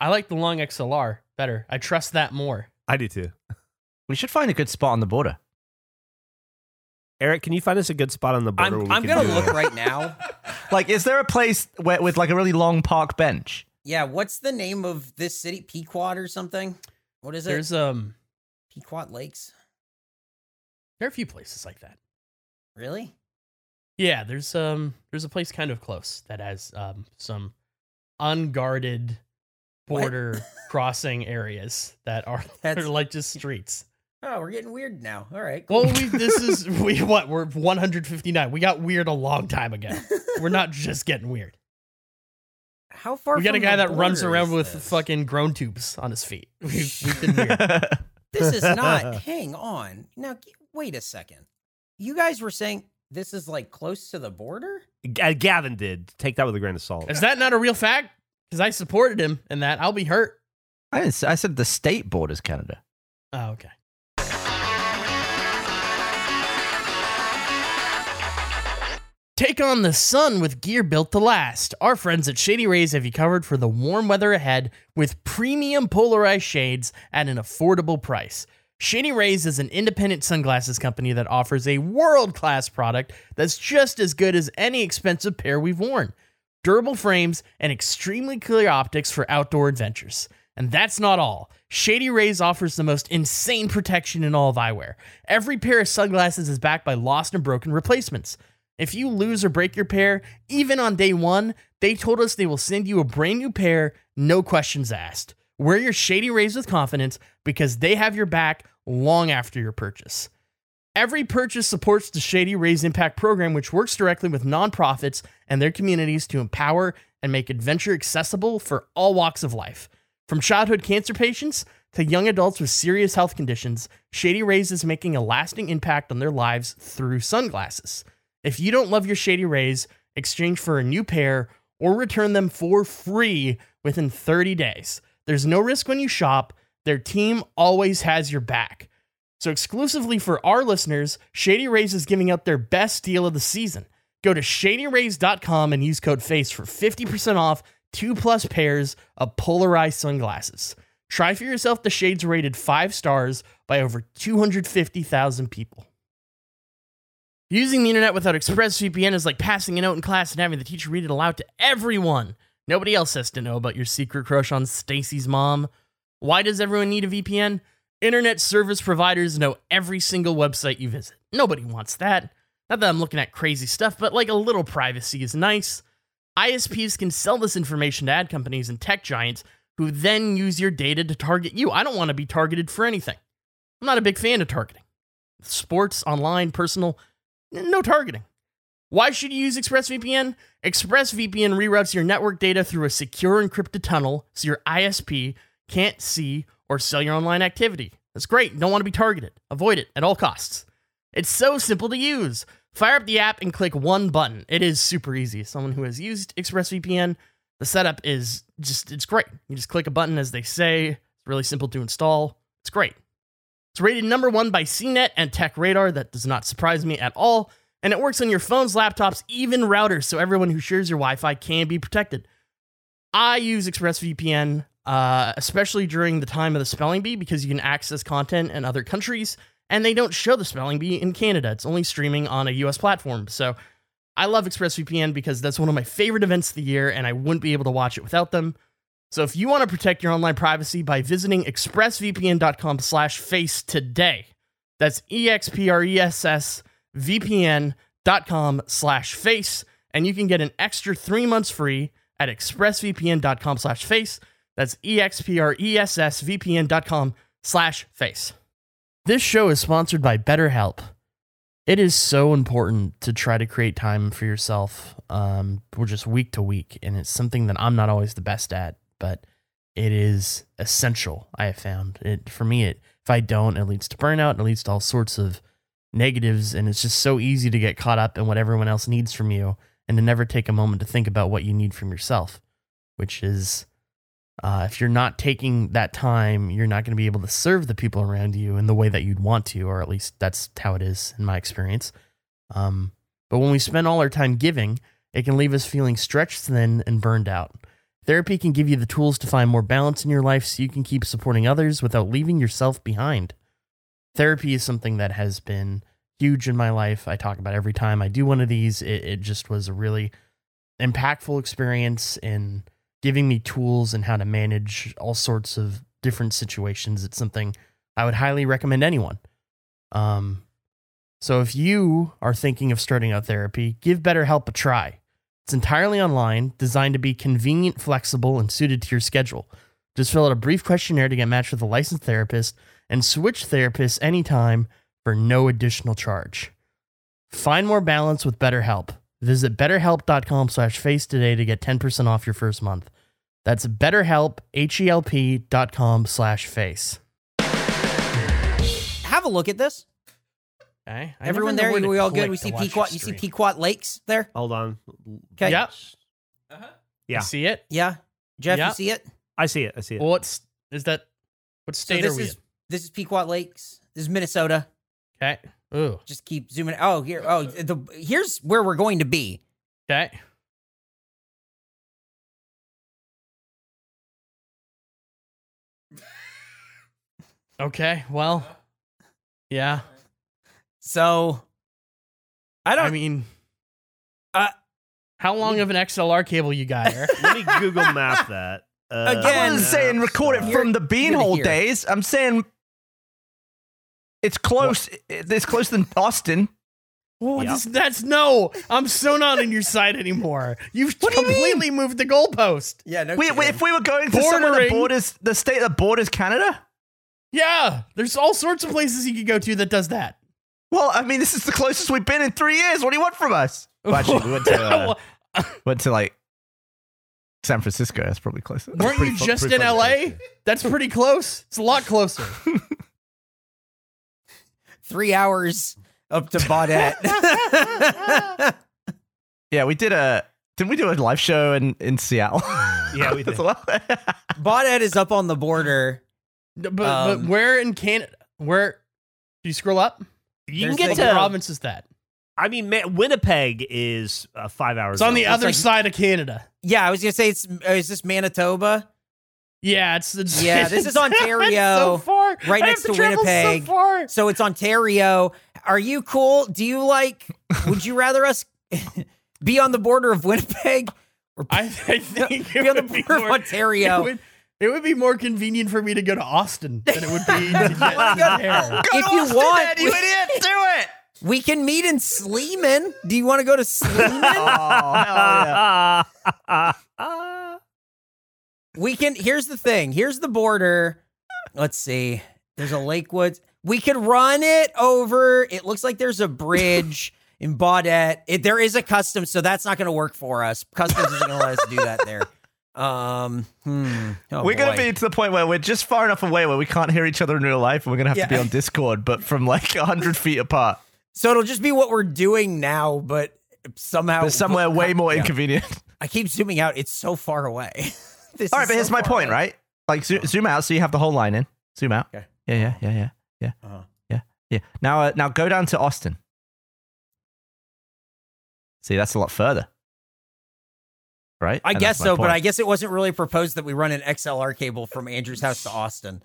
B: I like the long XLR better. I trust that more.
A: I do too.
D: We should find a good spot on the border.
A: Eric, can you find us a good spot on the border? where
E: I'm,
A: we
E: I'm
A: can
E: gonna
A: do
E: look
A: that?
E: right now.
D: Like, is there a place where, with like a really long park bench?
E: Yeah, what's the name of this city? Pequot or something? What is it?
B: There's um,
E: Pequot Lakes.
B: there are a few places like that.
E: Really?
B: Yeah, there's um, there's a place kind of close that has um some unguarded
E: What?
B: border crossing areas that are that
E: That's-
B: are like just streets.
E: Oh, we're getting weird now. All right.
B: Well, we this is we what we're 159. We got weird a long time ago. We're not just getting weird.
E: How far?
B: We got a
E: from
B: guy
E: the
B: that runs
E: border
B: around
E: is
B: with
E: this?
B: fucking grown tubes on his feet. We've, we've been weird.
E: This is not. hang on. Now, g- wait a second. You guys were saying this is like close to the border.
A: G- uh, Gavin did. Take that with a grain of salt.
B: Is that not a real fact? Because I supported him in that. I'll be hurt.
D: I, didn't, s- I said the state borders Canada.
B: Oh, okay. Take on the sun with gear built to last. Our friends at Shady Rays have you covered for the warm weather ahead with premium polarized shades at an affordable price. Shady Rays is an independent sunglasses company that offers a world class product that's just as good as any expensive pair we've worn durable frames, and extremely clear optics for outdoor adventures. And that's not all. Shady Rays offers the most insane protection in all of eyewear. Every pair of sunglasses is backed by lost and broken replacements. If you lose or break your pair, even on day one, they told us they will send you a brand new pair, no questions asked. Wear your Shady Rays with confidence because they have your back long after your purchase. Every purchase supports the Shady Rays Impact program, which works directly with nonprofits and their communities to empower and make adventure accessible for all walks of life. From childhood cancer patients to young adults with serious health conditions, Shady Rays is making a lasting impact on their lives through sunglasses. If you don't love your Shady Rays, exchange for a new pair or return them for free within 30 days. There's no risk when you shop. Their team always has your back. So exclusively for our listeners, Shady Rays is giving out their best deal of the season. Go to shadyrays.com and use code FACE for 50% off two plus pairs of polarized sunglasses. Try for yourself the shades rated five stars by over 250,000 people. Using the internet without ExpressVPN is like passing a note in class and having the teacher read it aloud to everyone. Nobody else has to know about your secret crush on Stacy's mom. Why does everyone need a VPN? Internet service providers know every single website you visit. Nobody wants that. Not that I'm looking at crazy stuff, but like a little privacy is nice. ISPs can sell this information to ad companies and tech giants who then use your data to target you. I don't want to be targeted for anything. I'm not a big fan of targeting. Sports, online, personal, n- no targeting. Why should you use ExpressVPN? ExpressVPN reroutes your network data through a secure encrypted tunnel so your ISP can't see or sell your online activity. That's great. Don't want to be targeted. Avoid it at all costs. It's so simple to use. Fire up the app and click one button. It is super easy. As Someone who has used ExpressVPN, the setup is just, it's great. You just click a button as they say. It's really simple to install. It's great. It's rated number one by CNET and Tech Radar. That does not surprise me at all. And it works on your phones, laptops, even routers, so everyone who shares your Wi Fi can be protected. I use ExpressVPN, uh, especially during the time of the spelling bee, because you can access content in other countries, and they don't show the spelling bee in Canada. It's only streaming on a US platform. So I love ExpressVPN because that's one of my favorite events of the year, and I wouldn't be able to watch it without them. So if you want to protect your online privacy by visiting expressvpn.com slash face today, that's E E-X-P-R-E-S-S vpn.com slash face, and you can get an extra three months free at expressvpn.com slash face. That's E expressvpn.com slash face. This show is sponsored by BetterHelp. It is so important to try to create time for yourself. Um, we're just week to week, and it's something that I'm not always the best at, but it is essential. I have found it for me. It if I don't, it leads to burnout. And it leads to all sorts of negatives, and it's just so easy to get caught up in what everyone else needs from you, and to never take a moment to think about what you need from yourself, which is uh, if you're not taking that time, you're not going to be able to serve the people around you in the way that you'd want to, or at least that's how it is in my experience. Um, but when we spend all our time giving, it can leave us feeling stretched thin and burned out. Therapy can give you the tools to find more balance in your life so you can keep supporting others without leaving yourself behind. Therapy is something that has been huge in my life. I talk about every time I do one of these. It, it just was a really impactful experience in giving me tools and how to manage all sorts of different situations. It's something I would highly recommend anyone. Um, so if you are thinking of starting out therapy, give BetterHelp a try. It's entirely online, designed to be convenient, flexible, and suited to your schedule. Just fill out a brief questionnaire to get matched with a licensed therapist and switch therapists anytime for no additional charge. Find more balance with BetterHelp. Visit betterhelp.com slash face today to get 10% off your first month. That's betterhelp, H-E-L-P dot com slash face.
E: Have a look at this.
B: Okay.
E: Everyone there, we all good. We see Pequot. You see Pequot Lakes there.
A: Hold on.
E: Okay.
B: Yep.
A: Yeah.
B: See it?
E: Yeah. Jeff,
B: Yeah.
E: you see it?
A: I see it. I see it.
B: What's, is that, what
E: So
B: state
E: this
B: are we
E: is this is Pequot Lakes. This is Minnesota.
B: in? Okay. Ooh.
E: Just keep zooming. Oh, here. Oh, the here's where we're going to be.
B: Okay. okay, well, yeah.
E: So I don't.
B: I mean,
E: Uh,
B: how long of an XLR cable you got, Eric?
A: Let me Google map that. Uh,
D: I
E: Again,
D: wasn't saying record it
E: You're-
D: from the beanhole
E: here.
D: days. I'm saying it's close. It- It's closer than Austin.
B: Well,
A: Yeah.
B: this- that's no. I'm so not on your side anymore. You've completely moved the goalpost.
E: yeah. No
D: We, we, if we were going to somewhere that
B: Bordering.
D: borders the state that borders Canada,
B: Yeah, there's all sorts of places you could go to that does that.
D: well, I mean, this is the closest we've been in three years. What do you want from us? Well, actually, we went to uh, went to like San Francisco. That's probably closer.
B: Weren't you
A: fu-
B: just
A: pretty
B: in
A: fucking
B: LA?
A: close, yeah.
B: That's pretty close. It's a lot closer.
E: three hours up to Baudette.
D: Yeah, we did a. Didn't we do a live show in in Seattle?
A: Yeah, we did.
D: As well?
E: Baudette is up on the border.
B: No, But,
E: Um,
B: but where in Canada? Where? Do you scroll up?
A: You can
E: There's
A: get
B: What
E: the
A: to.
B: province is that?
A: I mean, Ma- Winnipeg is uh, five hours.
B: It's on the
A: away.
B: other
E: like-
B: side of Canada.
E: Yeah, I was gonna say it's uh, is this Manitoba?
B: Yeah, it's, it's
E: Yeah, this is Ontario,
B: It's so far,
E: right
B: I
E: next
B: have to
E: to
B: travel
E: Winnipeg.
B: So far.
E: So it's Ontario. Are you cool? Do you like? would you rather us be on the border of Winnipeg or
B: I, I think
E: be
B: it
E: on the
B: would be
E: border of
B: more- It
E: Ontario?
B: would, it would be more convenient for me to go to Austin than it would be to get there.
E: if you want,
D: you
E: we,
D: idiot, do it.
E: we can meet in Sleeman. Do you want to go to Sleeman?
D: Oh hell yeah.
E: we can. Here's the thing. Here's the border. Let's see. There's a Lakewood. We could run it over. It looks like there's a bridge in Baudette. It, there is a customs, so that's not going to work for us. Customs isn't going to let us do that there. Um, hmm. Oh,
D: we're gonna
E: boy.
D: be to the point where we're just far enough away where we can't hear each other in real life, and we're gonna have
E: Yeah.
D: to be on Discord, but from like hundred feet apart,
E: So it'll just be what we're doing now, but somehow
D: but somewhere way more
E: Yeah.
D: inconvenient.
E: I keep zooming out. It's so far away. This
D: All right,
E: is
D: but here's
E: so
D: my
E: far
D: point,
E: away.
D: right? Like zo- zoom out, so you have the whole line in. Zoom out.
E: Okay.
D: Yeah, yeah, yeah, yeah, yeah,
E: Uh-huh.
D: yeah, yeah. Now, uh, now go down to Austin. See, that's a lot further, right?
E: I
D: And
E: guess
D: that's my
E: so, but I
D: point.
E: guess it wasn't really proposed that we run an XLR cable from Andrew's house to Austin.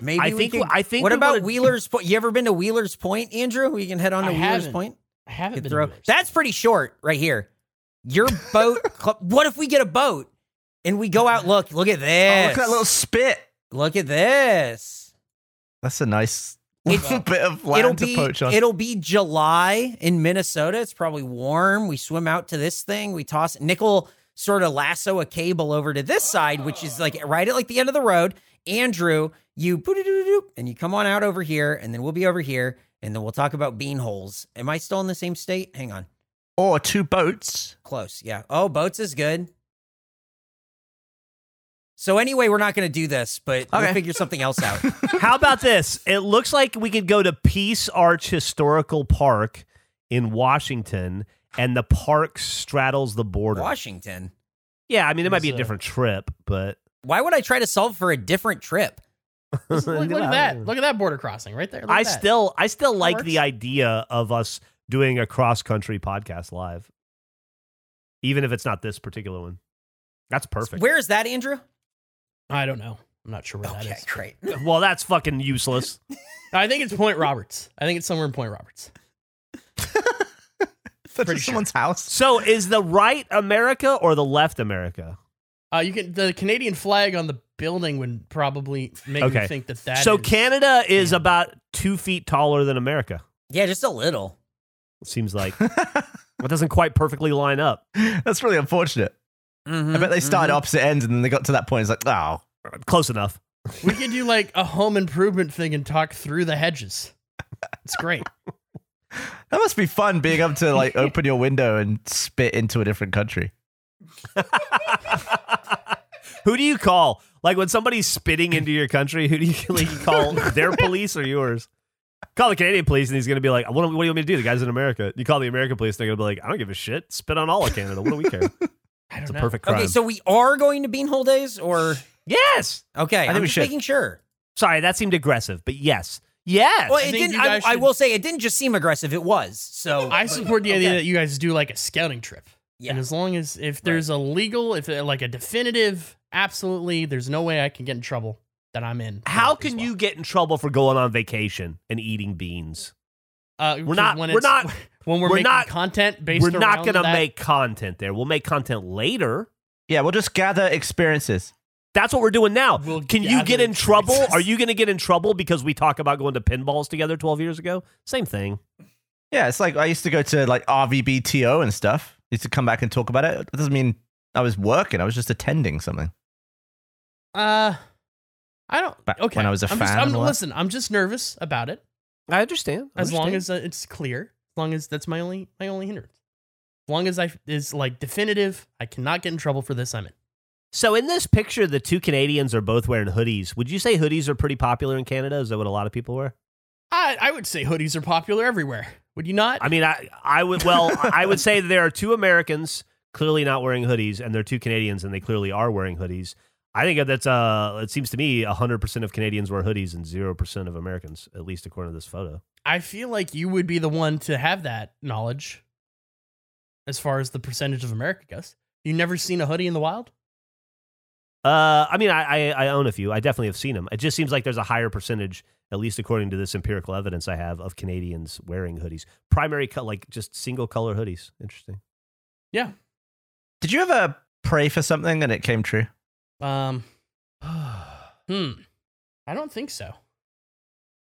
E: Maybe
A: I
E: we
A: think.
E: could-
A: I think.
E: what
A: we
E: about
A: wanna-
E: Wheeler's Point? You ever been to Wheeler's Point, Andrew? We can head on to
B: I
E: Wheeler's
B: haven't.
E: Point.
B: I haven't
E: Could
B: been
E: throw-
B: to Wheeler's.
E: That's pretty short right here. Your boat. club. What if we get a boat and we go out? Look, look at
D: Oh,
E: this.
D: look at that little spit.
E: Look at this.
D: That's a nice little bit of land
E: it'll
D: to
E: be
D: poach on.
E: it'll be July in Minnesota. It's probably warm. We swim out to this thing. We toss nickel sort of lasso a cable over to this side, which is like right at like the end of the road. Andrew, you boop-a-doop-a-doop, and you come on out over here, and then we'll be over here, and then we'll talk about bean holes. Am I still in the same state? Hang on,
D: Or two boats.
E: close. Yeah. Oh, boats is good. So anyway, we're not going to do this, but we'll
D: Okay.
E: figure something else out.
A: How about this? It looks like we could go to Peace Arch Historical Park in Washington, and the park straddles the border.
E: Washington.
A: yeah, I mean, it might be a
B: Yes, uh,
A: different trip, but
E: Why would I try to solve for a different trip?
B: Look, look at that. Look at that border crossing right there. Look
A: I
B: at that.
A: still, I still like
B: works.
A: the idea of us doing a cross country podcast live, even if it's not this particular one. That's perfect.
E: Where is that, Andrew?
B: I don't know. I'm not sure where
E: Okay,
B: that is.
E: great.
A: well, that's fucking useless.
B: I think it's Point Roberts. I think it's somewhere in Point Roberts.
D: That's
B: Pretty
D: just someone's house.
A: So, is the right America or the left America?
B: Uh, you can the Canadian flag on the building would probably make me
A: Okay.
B: think that that.
A: so,
B: is-
A: Canada is
B: Yeah.
A: about two feet taller than America.
E: Yeah, just a little.
A: It seems like. It doesn't quite perfectly line up.
D: That's really unfortunate. I
E: Mm-hmm,
D: bet they started opposite ends and then they got to that point. It's like, oh,
A: Close enough.
B: we could do like a home improvement thing and talk through the hedges. It's great.
D: that must be fun being able to like open your window and spit into a different country.
A: Who do you call? Like when somebody's spitting into your country, who do you, like, you call? Their police or yours? Call the Canadian police, and he's going to be like, what, do- "What do you want me to do?" The guy's in America. You call the American police, they're going to be like, "I don't give a shit. Spit on all of Canada. What do we care?"
B: I
A: It's
B: don't
A: a
B: know.
A: perfect crime.
E: Okay, so we are going to Beanhole Days, or
A: yes.
E: okay, I
D: think
E: am
D: we
E: just
D: should.
E: making sure.
A: Sorry, that seemed aggressive, but yes, yes.
E: Well,
B: I
E: it
B: think
E: didn't.
B: you
E: I,
B: guys
E: I
B: should-
E: will say it didn't just seem aggressive; it was. So
B: I
E: but-
B: support the idea
E: okay.
B: that you guys do like a scouting trip.
E: Yeah.
B: And as long as if there's a legal, if uh, like a definitive, absolutely, there's no way I can get in trouble that I'm in. for
A: How
B: that as
A: can
B: well.
A: you get in trouble for going on vacation and eating beans?
B: Uh,
A: We're
B: 'cause
A: not-
B: When
A: we're
B: it's-
A: not-
B: When we're,
A: we're
B: making
A: not-
B: content based.
A: We're not
B: around
A: going to
B: that-
A: make content there. We'll make content later.
D: Yeah, we'll just gather experiences.
A: That's what we're doing now.
B: We'll
A: Can you
B: gather
A: get in trouble?
B: experiences.
A: Are you going to get in trouble because we talk about going to pinballs together 12 years ago? Same thing.
D: Yeah, it's like I used to go to like RVBTO and stuff. Used to come back and talk about it. That doesn't mean I was working. I was just attending something.
B: Uh, I don't.
D: Back
B: okay.
D: when I was a
B: I'm
D: fan
B: Just, I'm,
D: and all that.
B: listen, I'm just nervous about it.
A: I understand.
B: As long as uh, it's clear, as long as that's my only my only hindrance. As long as I is like definitive, I cannot get in trouble for this. I'm in.
A: So in this picture, the two Canadians are both wearing hoodies. Would you say hoodies are pretty popular in Canada? Is that what a lot of people wear?
B: I I would say hoodies are popular everywhere. Would you not?
A: I mean, I, I would, well, I would say there are two Americans clearly not wearing hoodies, and there are two Canadians, and they clearly are wearing hoodies. I think that's, uh, it seems to me 100% of Canadians wear hoodies and 0% of Americans, at least according to this photo.
B: I feel like you would be the one to have that knowledge as far as the percentage of America goes. You never seen a hoodie in the wild?
A: Uh, I mean, I, I I own a few. I definitely have seen them. It just seems like there's a higher percentage, at least according to this empirical evidence I have, of Canadians wearing hoodies. Primary cut, like just single color hoodies. Interesting.
B: Yeah.
D: Did you ever pray for something and it came true?
B: Um Hmm. I don't think so.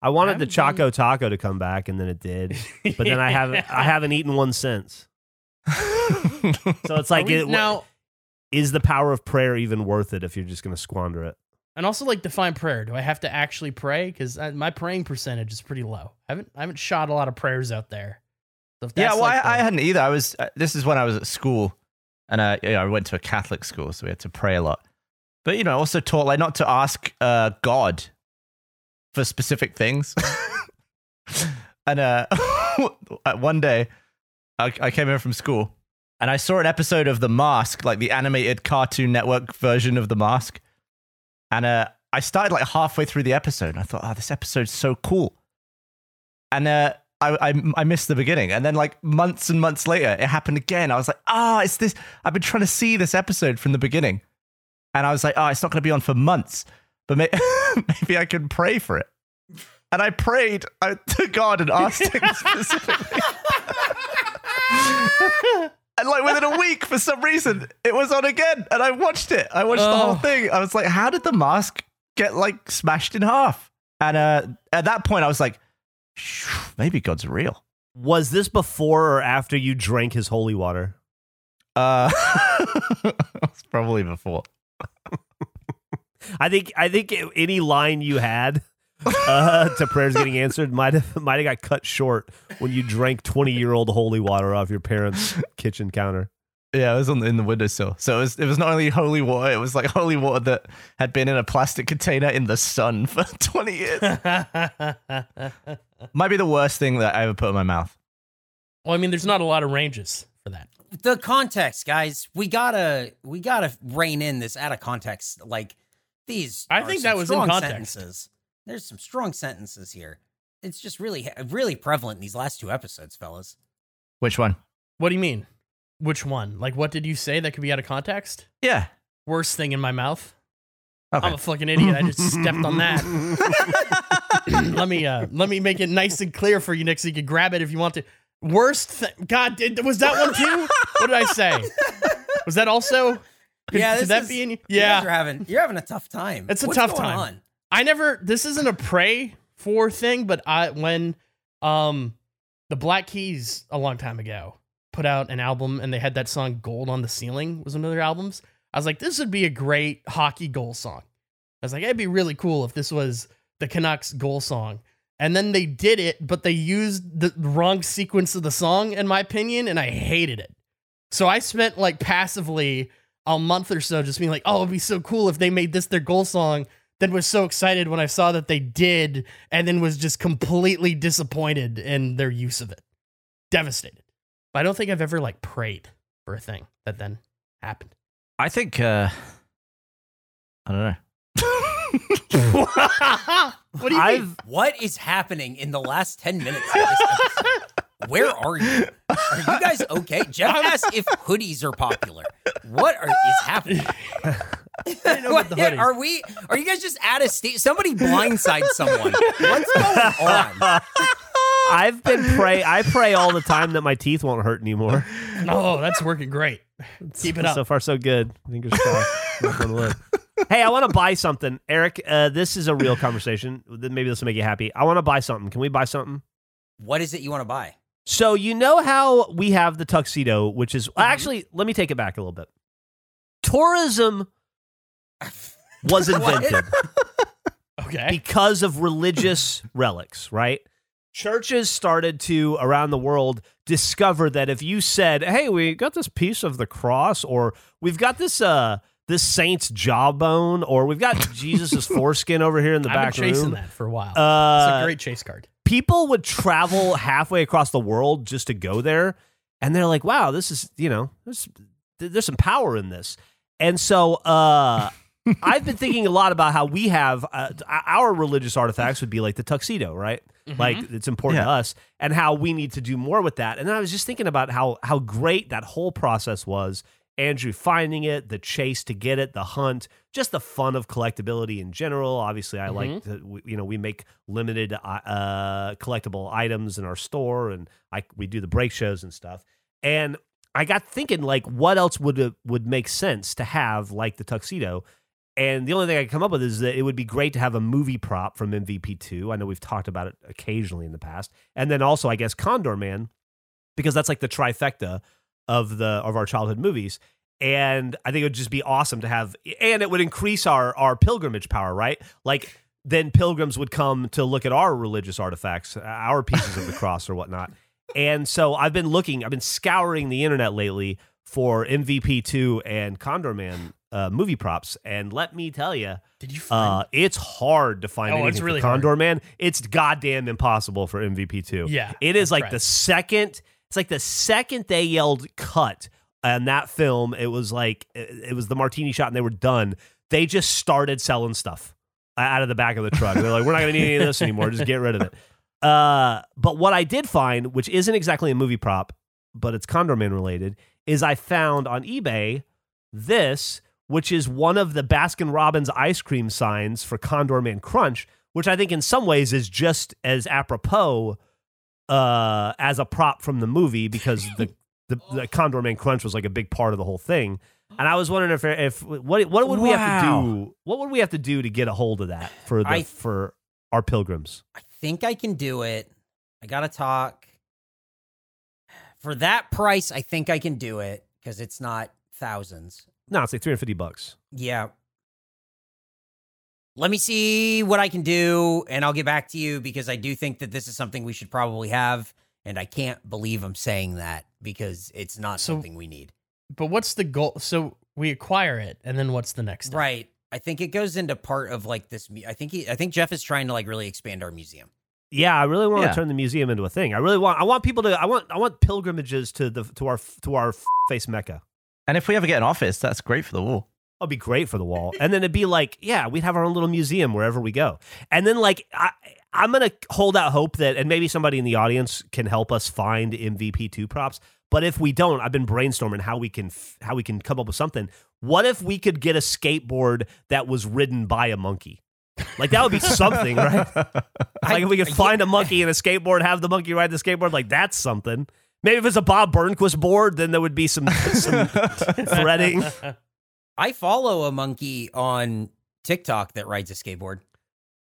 A: I wanted the
B: haven't done-
A: Choco Taco to come back, and then it did. But then I haven't I haven't eaten one since. So it's like, it,
B: now
A: is the power of prayer even worth it if you're just going to squander it?
B: and also like define prayer. Do I have to actually pray? Because my praying percentage is pretty low. I haven't I haven't shot a lot of prayers out there. So if
D: yeah,
B: that's
D: well,
B: like
D: I, I
B: the-
D: hadn't either. I was. Uh, this is when I was at school, and uh, you know, I went to a Catholic school, so we had to pray a lot. But you know, I also taught like not to ask uh, God for specific things. and uh, uh, one day, I, I came in from school, and I saw an episode of The Mask, like the animated Cartoon Network version of The Mask, and uh, I started like halfway through the episode, and I thought, oh, this episode's so cool and uh, I, I I missed the beginning, and then like months and months later, it happened again. I was like, ah, it's this. I've been trying to see this episode from the beginning, and I was like, ah, it's not going to be on for months, but may- maybe I can pray for it. And I prayed uh, to God and asked him specifically. and like within a week, for some reason, it was on again, and I watched it. I watched the
B: Oh.
D: whole thing. I was like, how did the mask get like smashed in half? And uh, at that point, I was like, "Phew, maybe God's real.
A: Was this before or after you drank his holy water?
D: Uh, it's probably before.
A: I think I think any line you had uh, to prayers getting answered might have might have got cut short when you drank twenty year old holy water off your parents' kitchen counter.
D: Yeah, it was on the, in the windowsill. So it was, it was not only holy water, it was like holy water that had been in a plastic container in the sun for 20 years.
B: well,
D: Might be the worst thing that I ever put in my mouth.
B: I mean, there's not a lot of ranges for that.
E: the context, guys. We gotta we gotta rein in this out of context. Like these,
B: I
E: are
B: think
E: some
B: that was in
E: strong
B: context.
E: Sentences. There's some strong sentences here. It's just really really prevalent in these last two episodes, fellas.
D: Which one?
B: What do you mean? Which one? Like, what did you say that could be out of context?
D: Yeah.
B: Worst thing in my mouth.
D: Okay.
B: I'm a fucking idiot. I just stepped on that. let me uh, let me make it nice and clear for you, Nick, so you can grab it if you want to. Worst th- God, did, was that one too? what did I say? Was that also? Could,
E: Yeah,
B: could
E: this
B: that
E: is-
B: be in? you?
E: You guys
B: Yeah,
E: are having you're having a tough time.
B: It's a
E: What's
B: tough
E: going
B: time.
E: on?
B: I never this isn't a pray for thing, but I when um the Black Keys a long time ago put out an album and they had that song Gold on the Ceiling was one of their albums. I was like, this would be a great hockey goal song. I was like, it'd be really cool if this was the Canucks goal song. And then they did it, but they used the wrong sequence of the song, in my opinion, and I hated it. So I spent like passively a month or so just being like, oh, it'd be so cool if they made this their goal song then was so excited when I saw that they did, and then was just completely disappointed in their use of it. Devastated. But I don't think I've ever like prayed for a thing that then happened.
D: I think, uh, I don't know.
B: what do you mean?
A: I've
E: What is happening in the last ten minutes? Of this episode? Where are you? Are you guys okay? Jeff asked if hoodies are popular. What are, is happening?
B: about the
E: What-
B: hoodies.
E: are we? Are you guys just out of state? Somebody blindsides someone. What's going on?
A: I've been pray I pray all the time that my teeth won't hurt anymore.
B: Oh, that's working great. Keep it
A: So
B: up.
A: far, so good. Fingers crossed. Knock on wood. Hey, I want to buy something, Eric. Uh, this is a real conversation. Then Maybe this will make you happy. I want to buy something. Can we buy something?
E: What is it you want to buy?
A: So you know how we have the tuxedo, which is
B: Mm-hmm.
A: actually. Let me take it back a little bit. Tourism was
E: What?
A: invented
B: Okay.
A: because of religious relics, right? Churches started to around the world discover that if you said, "Hey, we got this piece of the cross," or "We've got this uh this saint's jawbone," or "We've got Jesus's foreskin over here in the
B: I've
A: back
B: been chasing
A: room,"
B: that for a while. it's a
A: uh,
B: great chase card.
A: people would travel halfway across the world just to go there, and they're like, "Wow, this is you know, there's th- there's some power in this." And so, uh, I've been thinking a lot about how we have uh, our religious artifacts would be like the tuxedo, right? Like it's important to us, and how we need to do more with that. And then I was just thinking about how how great that whole process was. Andrew finding it, the chase to get it, the hunt, just the fun of collectability in general. Obviously, I like to, we- you know we make limited uh, collectible items in our store, and I we do the break shows and stuff. And I got thinking like what else would uh, would make sense to have like the tuxedo. And the only thing I could come up with is that it would be great to have a movie prop from MVP2. I know we've talked about it occasionally in the past. And then also, I guess, Condor Man, because that's like the trifecta of the of our childhood movies. And I think it would just be awesome to have and it would increase our our pilgrimage power, right? Like then pilgrims would come to look at our religious artifacts, our pieces of the cross or whatnot. And so I've been looking, I've been scouring the internet lately for MVP2 and Condor Man uh, movie props. And let me tell you,
B: Did you find
A: uh, it's hard to find
B: Oh,
A: anything
B: it's really
A: for Condor Man. It's goddamn impossible for MVP2.
B: Yeah,
A: It is
B: that's
A: like
B: right.
A: the second, it's like the second they yelled cut on that film, it was like, it it was the martini shot and they were done. They just started selling stuff out of the back of the truck. They're like, we're not going to need any of this anymore. Just get rid of it. Uh, but what I did find, which isn't exactly a movie prop, but it's Condor Man related, is I found on eBay this, which is one of the Baskin Robbins ice cream signs for Condor Man Crunch, which I think in some ways is just as apropos uh, as a prop from the movie because the, the, the Condor Man Crunch was like a big part of the whole thing. And I was wondering if, if what what would we have to
D: Wow.
A: do? What would we have to do to get a hold of that for the
E: I-
A: for are pilgrims?
E: I think I can do it. I gotta talk. For that price, I think I can do it because it's not thousands.
A: No, it's like 350 bucks.
E: Yeah. Let me see what I can do, and I'll get back to you because I do think that this is something we should probably have, and I can't believe I'm saying that because it's not
B: So-
E: something we need.
B: But what's the goal? So we acquire it, and then what's the next step?
E: Right. I think it goes into part of like this. mu- I think he, I think Jeff is trying to like really expand our museum.
A: Yeah, I really want
D: Yeah.
A: to turn the museum into a thing. I really want. I want people to. I want. I want pilgrimages to the to our f- to our f- face Mecca.
D: And if we ever get an office, that's great for the wall.
A: That'd be great for the wall. And then it'd be like, yeah, we'd have our own little museum wherever we go. And then like, I, I'm gonna hold out hope that, and maybe somebody in the audience can help us find MVP two props. But if we don't, I've been brainstorming how we can f- how we can come up with something. What if we could get a skateboard that was ridden by a monkey? Like that would be something, right? Like if we could find a monkey and a skateboard, have the monkey ride the skateboard, like that's something. Maybe if it's a Bob Burnquist board, then there would be some some threading.
E: I follow a monkey on TikTok that rides a skateboard.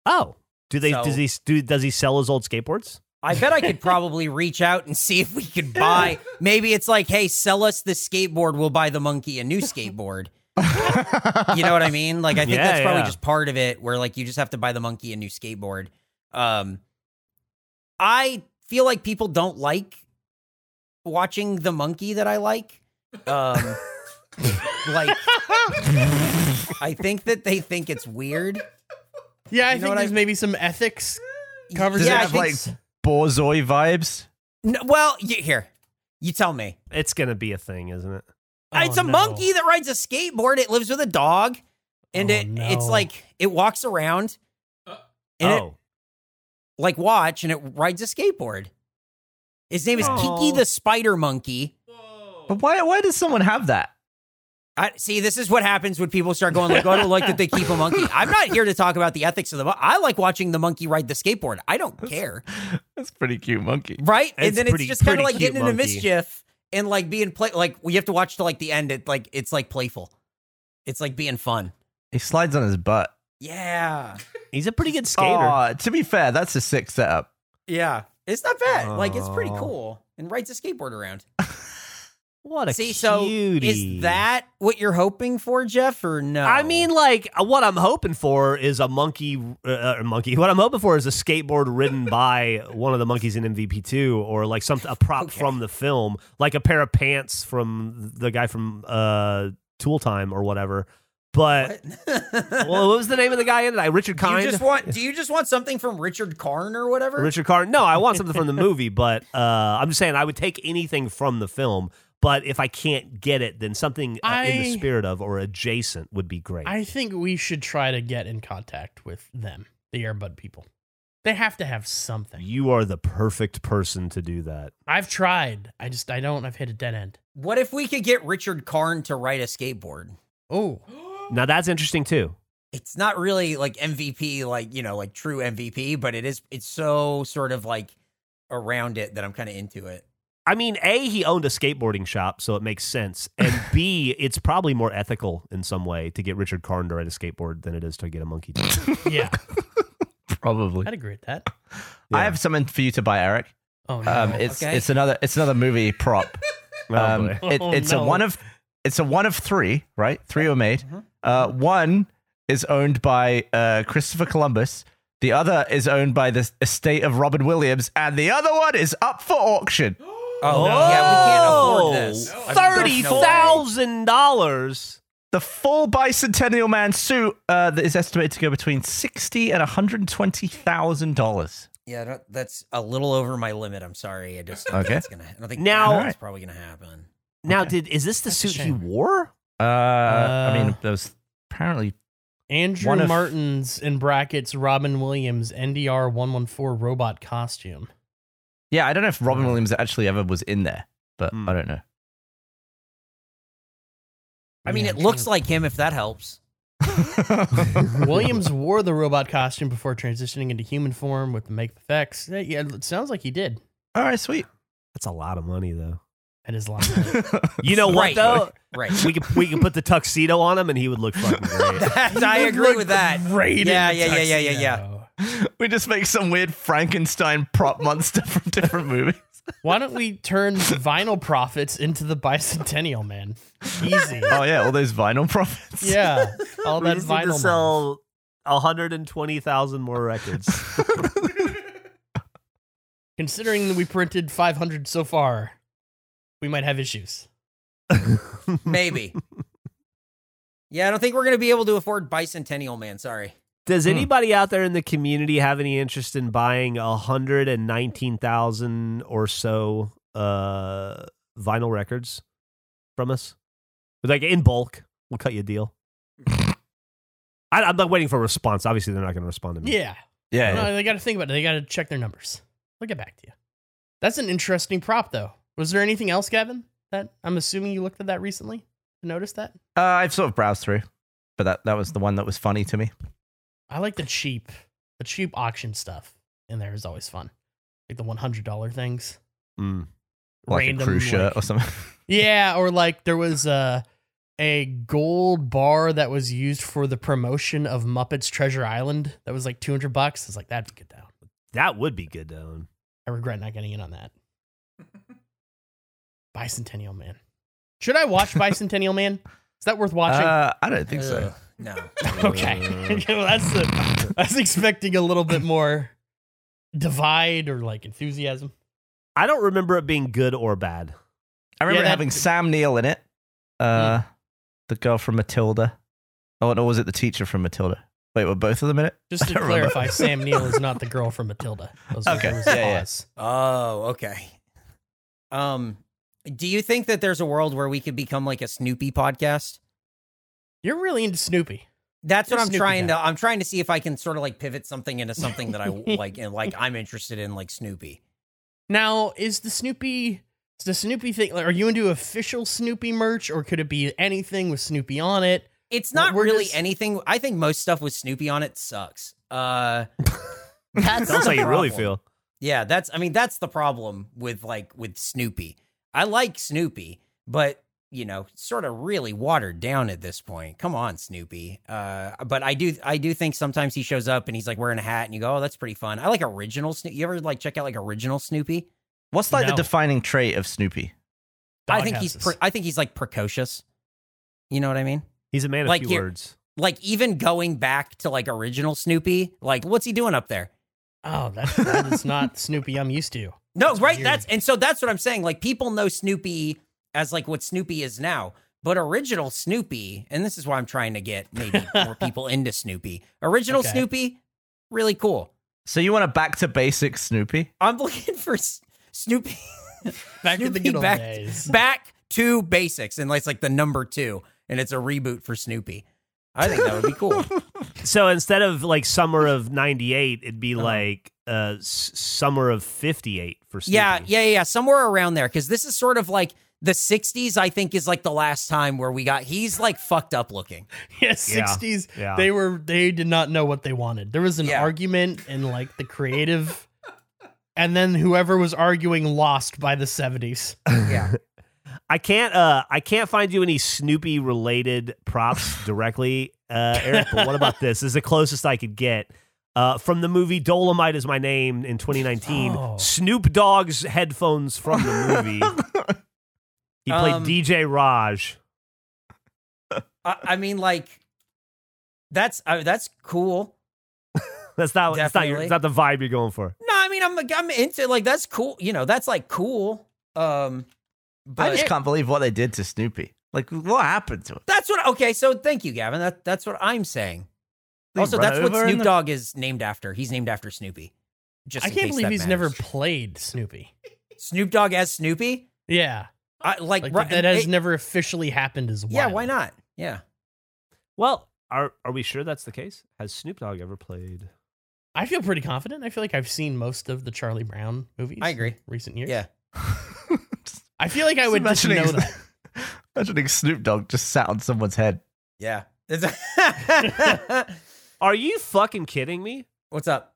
A: Oh, do they?
E: So-
A: does he do? Does he sell his old skateboards?
E: I bet I could probably reach out and see if we could buy. Maybe it's like, hey, sell us the skateboard. We'll buy the monkey a new skateboard. You know what I mean? Like, I think
A: Yeah,
E: that's probably
A: yeah.
E: just part of it where like you just have to buy the monkey a new skateboard. Um, I feel like people don't like watching the monkey that I like. Um, like, I think that they think it's weird.
B: Yeah, I
E: You know
B: think
E: what
B: there's
E: I-
B: maybe some ethics covers.
D: Does
E: yeah,
D: it
E: I
D: have
E: think
D: like
E: s-
D: Borzoi vibes?
E: No, well, y- here, you tell me.
A: It's gonna be a thing, isn't it?
B: Oh,
E: it's a monkey that rides a skateboard. It lives with a dog, and
B: Oh,
E: it
B: no.
E: it's like it walks around, and it
A: oh,
E: like watch, and it rides a skateboard. His name is Kiki the Spider Monkey.
D: But why why does someone have that?
E: I, see, this is what happens when people start going like, "Oh, "I don't like that they keep a monkey." I'm not here to talk about the ethics of the. Mon- I like watching the monkey ride the skateboard. I don't care,
D: That's a pretty cute monkey.
E: right?
A: It's
E: and then
A: pretty-
E: it's just kind
A: pretty
E: of like
A: cute
E: getting into
A: monkey.
E: mischief and like being play. Like we have to watch to like the end. It like it's like playful. It's like being fun.
D: He slides on his butt.
E: Yeah.
A: he's a pretty good skater.
D: Aw, to be fair, that's a sick setup.
E: Yeah. It's not bad. like it's pretty
A: Oh.
E: cool. And rides a skateboard around.
A: What a
E: See, so
A: cutie!
E: is that what you're hoping for, Jeff, or no?
A: I mean, like, uh, what I'm hoping for is a monkey, uh, uh, monkey. What I'm hoping for is a skateboard ridden by one of the monkeys in MVP two, or like some a prop
E: Okay.
A: from the film, like a pair of pants from the guy from uh, Tool Time or whatever. But
E: What?
A: well, what was the name of the guy in it? I Richard
E: do
A: Kind.
E: you just want do you just want something from Richard Karn or whatever?
A: Richard Carter. No, I want something from the movie, but uh, I'm just saying I would take anything from the film. But if I can't get it, then something uh, in the
B: I-
A: spirit of or adjacent would be great.
B: I think we should try to get in contact with them, the Airbud people. They have to have something.
A: you are the perfect person to do that.
B: I've tried. I just I don't. I've hit a dead end.
E: What if we could get Richard Karn to ride a skateboard?
B: Oh,
A: Now that's interesting too.
E: It's not really like MVP, like, you know, like true MVP, but it is it's so sort of like around it that I'm kinda into it.
A: I mean, A, he owned a skateboarding shop, so it makes sense. And B, it's probably more ethical in some way to get Richard Carter to ride a skateboard than it is to get a monkey. to.
B: yeah,
D: Probably.
B: I'd agree with that.
A: Yeah.
D: I have something for you to buy, Eric.
B: Oh no,
D: Um, it's
E: Okay.
D: it's another it's another movie prop.
A: Oh,
D: Um,
A: boy.
D: it,
B: Oh,
D: it's
B: no.
D: a one of it's a one of three, right? Three were made.
E: Mhm.
D: Uh, one is owned by uh, Christopher Columbus. The other is owned by the estate of Robin Williams, and the other one is up for auction.
E: Oh, yeah, we can't afford this. I mean,
A: Thirty
E: there's no way.
A: thousand dollars.
D: The full bicentennial man suit uh, that is estimated to go between sixty and one hundred twenty thousand dollars.
E: Yeah, I don't- that's a little over my limit. I'm sorry. I just don't
D: Okay.
E: think it's gonna. I don't think
A: Now-
E: now it's probably gonna happen.
A: Now, did is this the
B: That's a
A: suit he
B: shame.
A: wore?
D: Uh, I mean,
B: Uh.
D: there was apparently
B: Andrew
D: One of-
B: Martin's in brackets Robin Williams NDR one one four robot costume.
D: yeah. I don't know if
B: Mm.
D: Robin Williams actually ever was in there, but
A: Hmm.
D: I don't know.
E: I mean,
B: Yeah,
E: it
B: I'm
E: looks
B: trying
E: like him if that helps.
B: to- Williams wore the robot costume before transitioning into human form with the makeup effects. Yeah, yeah, it sounds like he did.
D: All right, sweet.
A: That's a lot of money, though.
B: That is lying.
A: You know what
E: Right.
A: though?
E: Right.
A: We could we could put the tuxedo on him, and he would look fucking great.
E: I agree with that.
B: Great.
E: Yeah, yeah, yeah, yeah, yeah, yeah.
B: tuxedo.
D: we just make some weird Frankenstein prop monster from different movies.
B: Why don't we turn vinyl profits into the bicentennial man? Easy.
D: Oh yeah, all those vinyl profits.
B: Yeah. All
A: we
B: that
A: just need to
B: vinyl. money.
A: sell 120,000 more records.
B: Considering that we printed 500 so far, we might have issues.
E: Maybe. yeah, I don't think we're gonna be able to afford bicentennial man. Sorry.
A: Does
D: Hmm.
A: anybody out there in the community have any interest in buying 119,000 or so uh, vinyl records from us? Like in bulk, we'll cut you a deal. I, I'm not waiting for a response. Obviously, they're not going to respond to me.
B: Yeah. No, they got to think about it. They got to check their numbers. We'll get back to you. That's an interesting prop, though. Was there anything else, Gavin? That I'm assuming you looked at that recently. Noticed that.
D: Uh, I've sort of browsed through, but that, that was the one that was funny to me.
B: I like the cheap, the cheap auction stuff in there is always fun, like the one hundred dollar things.
A: Mm.
D: Like a crew shirt
B: like-
D: or something.
B: Yeah, or like there was a a gold bar that was used for the promotion of Muppets Treasure Island. That was like two hundred bucks. It's like that'd be good down.
A: That would be good to own.
B: I regret not getting in on that. Bicentennial Man. Should I watch Bicentennial Man? Is that worth watching?
D: Uh, I don't think so.
E: Ugh, No.
B: okay, Well, that's the, I was expecting a little bit more divide or like enthusiasm.
A: I don't remember it being good or bad.
D: I
B: Yeah, that-
D: remember it
B: Mm.
D: having Sam Neill in it. Uh, The girl from Matilda. Oh, no, was it the teacher from Matilda? Wait, were both of them in it?
B: Just to
D: I don't remember.
B: clarify, Sam Neill is not the girl from Matilda. Those
D: Okay.
B: those
D: Yeah, yeah.
B: Oz.
E: Oh, okay. Um, do you think that there's a world where we could become like a Snoopy podcast?
B: You're really into Snoopy.
E: That's
B: You're a
E: what I'm
B: Snoopy
E: trying to. I'm trying to see if I can sort of like pivot something into something that I like and like I'm interested in, like Snoopy.
B: Now, is the Snoopy is the Snoopy thing? Like, are you into official Snoopy merch, or could it be anything with Snoopy on it?
E: It's
B: Well,
E: not
B: we're
E: really
B: just-
E: anything. I think most stuff with Snoopy on it sucks. Uh, that's
A: That's how
E: the
A: you really
E: problem.
A: feel.
E: Yeah, that's I mean that's the problem with like with Snoopy. I like Snoopy, but you know, sort of really watered down at this point. Come on, Snoopy. Uh, but I do I do think sometimes he shows up and he's like wearing a hat and you go, "Oh, that's pretty fun." I like original Snoopy. You ever like check out like original Snoopy?
D: What's like
B: No.
D: the defining trait of Snoopy?
B: Dog
E: I think he's
B: houses.
E: pre- I think he's like precocious. You know what I mean?
A: He's a man of
E: Like
A: few
E: here-
A: words.
E: Like even going back to like original Snoopy, like what's he doing up there?
B: oh, that's that is not Snoopy I'm used to.
E: No,
B: That's
E: right.
B: weird.
E: That's and so that's what I'm saying. Like people know Snoopy as like what Snoopy is now, but original Snoopy, and this is why I'm trying to get maybe more people into Snoopy. Original
B: Okay.
E: Snoopy, really cool.
D: So you want a back to basics Snoopy?
E: I'm looking for S- Snoopy
B: Back in the
E: Snoopy
B: good old
E: back-
B: days.
E: back to basics, and it's like the number two, and it's a reboot for Snoopy. I think that would be cool.
A: So instead of like summer of 98, it'd be
E: Uh-huh.
A: like uh, s- summer of 58 for Snoopy.
E: Yeah, yeah, yeah, yeah, somewhere around there. Because this is sort of like the '60s. I think is like the last time where we got he's like fucked up looking.
B: yeah,
A: Yeah.
B: sixties.
A: Yeah.
B: They were they did not know what they wanted. There was an
E: Yeah.
B: argument in like the creative, and then whoever was arguing lost by the seventies.
E: Yeah.
A: I can't uh I can't find you any Snoopy related props directly, uh, Eric, but what about this? This is the closest I could get. Uh, from the movie Dolomite is my name in 2019.
B: Oh.
A: Snoop Dogg's headphones from the movie. he played
E: Um,
A: DJ Raj.
E: I, I mean, like that's I that's cool.
A: That's not that's not your
E: definitely.
A: that's not the vibe you're going for.
E: No, I mean, I'm I'm into like that's cool. You know, that's like cool. Um,
D: I
E: but
D: just can't believe what they did to Snoopy. Like, what happened to him?
E: that's what. Okay, so thank you, Gavin. That that's what I'm saying.
D: They
E: also,
D: run
E: that's what
D: over in
E: Snoop
D: the-
E: Dogg is named after. He's named after Snoopy. Just
B: I
E: in
B: can't
E: case
B: believe
E: that
B: he's never
E: matters.
B: played Snoopy.
E: Snoop Dogg as Snoopy.
B: Yeah,
E: I like,
B: like
E: right-
B: that has
E: it-
B: never officially happened as well.
E: Yeah, why not? Yeah,
A: Well, are are we sure that's the case? Has Snoop Dogg ever played?
B: I feel pretty confident. I feel like I've seen most of the Charlie Brown movies.
E: I agree.
B: in Recent years.
E: yeah.
B: I feel like I would just know that.
D: imagining Snoop Dogg just sat on someone's head.
E: Yeah. It's-
A: Are you fucking kidding me?
E: What's up?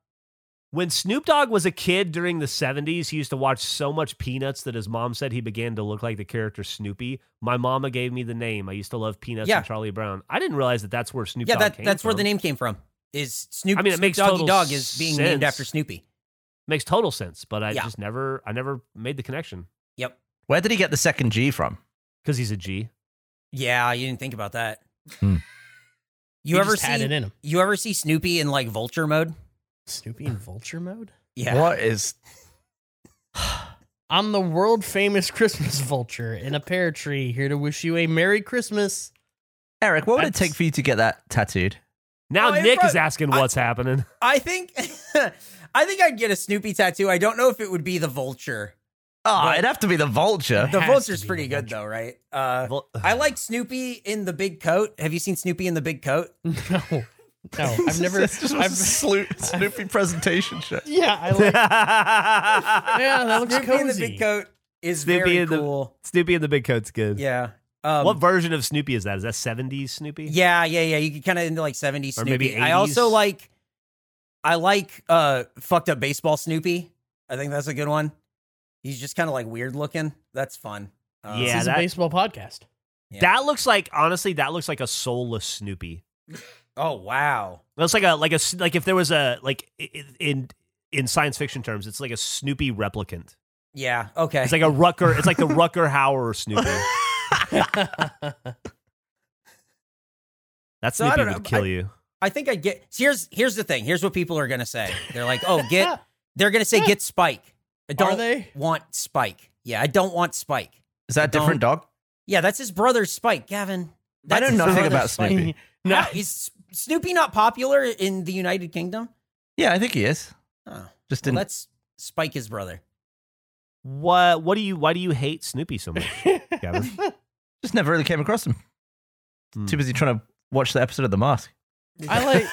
A: When Snoop Dogg was a kid during the 70s, he used to watch so much Peanuts that his mom said he began to look like the character Snoopy. My mama gave me the name. I used to love Peanuts
E: Yeah.
A: and Charlie Brown. I didn't realize that that's where Snoop
E: Yeah,
A: Dogg
E: that
A: came
E: that's where
A: from.
E: the name came from. is Snoop.
A: I mean, it
E: Snoop
A: makes
E: Doggy
A: total
E: Dog is being named
A: sense.
E: after Snoopy.
A: Makes total sense, but I
E: Yeah.
A: just never, I never made the connection
E: Yep.
D: Where did he get the second G from?
A: because he's a G.
E: Yeah, you didn't think about that.
D: Hmm.
E: You
B: He
E: ever
B: just had
E: see
B: it in him?
E: you ever see Snoopy in like vulture mode?
B: Snoopy in vulture mode.
E: Yeah.
D: What is?
B: I'm the world famous Christmas vulture in a pear tree, here to wish you a Merry Christmas.
D: Eric, what would
B: That's-
D: it take for you to get that tattooed?
A: Now
E: Oh, hey,
A: Nick
E: bro,
A: is asking
E: I-
A: what's happening.
E: I think I think I'd get a Snoopy tattoo. I don't know if it would be the vulture.
D: Oh,
E: But-
D: it'd have to be the vulture.
B: has
E: The
B: to
E: vulture's
B: be
E: pretty
B: the
E: good though, right? Uh
A: Vol-
E: I like Snoopy in the big coat. Have you seen Snoopy in the big coat?
B: No, no, I've never.
D: This just was
B: I've-
D: a slo- Snoopy presentation show.
B: yeah, I like. Yeah, that looks
E: Snoopy in the
B: cozy.
E: big coat is
A: Snoopy
E: very
A: in the-
E: cool.
A: Snoopy and the Big Coat's good.
E: Yeah. Um,
A: what version of Snoopy is that? Is that 70s Snoopy?
E: Yeah, yeah, yeah. You get kind of into like 70s
A: Or
E: Snoopy.
A: maybe
E: I also
A: 80s.
E: like I like uh fucked up baseball Snoopy. I think that's a good one. He's just kind of like weird looking. That's fun. Uh,
A: Yeah,
B: this is
A: that-
B: a baseball podcast.
E: Yeah.
A: That looks like honestly, that looks like a soulless Snoopy.
E: Oh wow.
A: That's like a like a s- like if there was a like i- i- in in science fiction terms, it's like a Snoopy replicant.
E: Yeah. Okay.
A: It's like a Rucker. It's like the Rucker Hauer Snoopy. That
E: So I
A: Snoopy
E: don't know.
A: would kill
E: I-
A: you.
E: I think I get. so Here's here's the thing. Here's what people are gonna say. They're like, oh, get. They're gonna say get Spike. I
B: Are
E: don't
B: they?
E: want Spike. Yeah, I don't want Spike.
D: Is that a
E: Don't-
D: different dog?
E: Yeah, that's his brother Spike,
D: I
E: Gavin. That's
D: know
E: his
D: nothing
E: brother
D: about
E: Spike.
D: Snoopy.
B: No,
E: How- is Snoopy not popular in the United Kingdom?
D: Yeah, I think he is.
E: Oh.
D: Just
E: Well,
D: didn't.
E: that's Spike, his brother.
A: What what do you why do you hate Snoopy so much, Gavin?
D: just never really came across him.
A: Hmm.
D: Too busy trying to watch the episode of The Mask.
B: I like.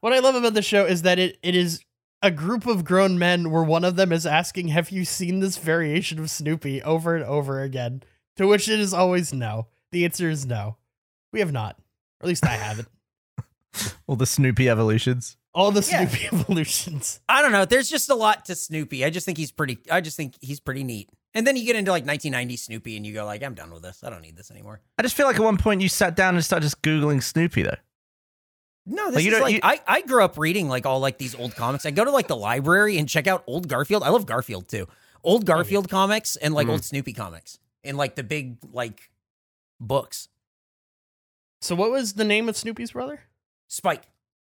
B: What I love about the show is that it, it is a group of grown men where one of them is asking, Have you seen this variation of Snoopy over and over again? To which it is always no. The answer is no. We have not. Or at least I haven't.
D: All the Snoopy evolutions.
B: All the
E: Yeah.
B: Snoopy evolutions.
E: I don't know. There's just a lot to Snoopy. I just think he's pretty. I just think he's pretty neat. And then you get into like 1990 Snoopy, and you go like, I'm done with this. I don't need this anymore.
D: I just feel like at one point you sat down and started just googling Snoopy though.
E: No, this
D: Like, you
E: is
D: don't-
E: like
D: you-
E: I, I grew up reading like all like these old comics. I go to like the library and check out old Garfield. I love Garfield too. Old Garfield comics and like
D: Mm.
E: old Snoopy comics and like the big like books.
B: So, what was the name of Snoopy's brother?
E: Spike.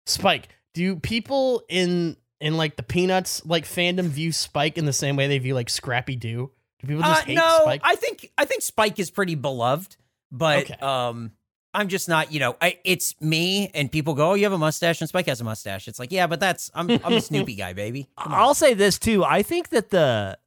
B: Spike. Do people in in like the Peanuts like fandom view Spike in the same way they view like Scrappy Doo? Do people just
E: Uh,
B: hate
E: no,
B: Spike?
E: I think I think Spike is pretty beloved, but
B: Okay.
E: um, I'm just not. You know, I, it's me and people go, "Oh, you have a mustache," and Spike has a mustache. It's like, yeah, but that's I'm I'm a Snoopy guy, baby. Come on.
A: I'll say this too. I think that the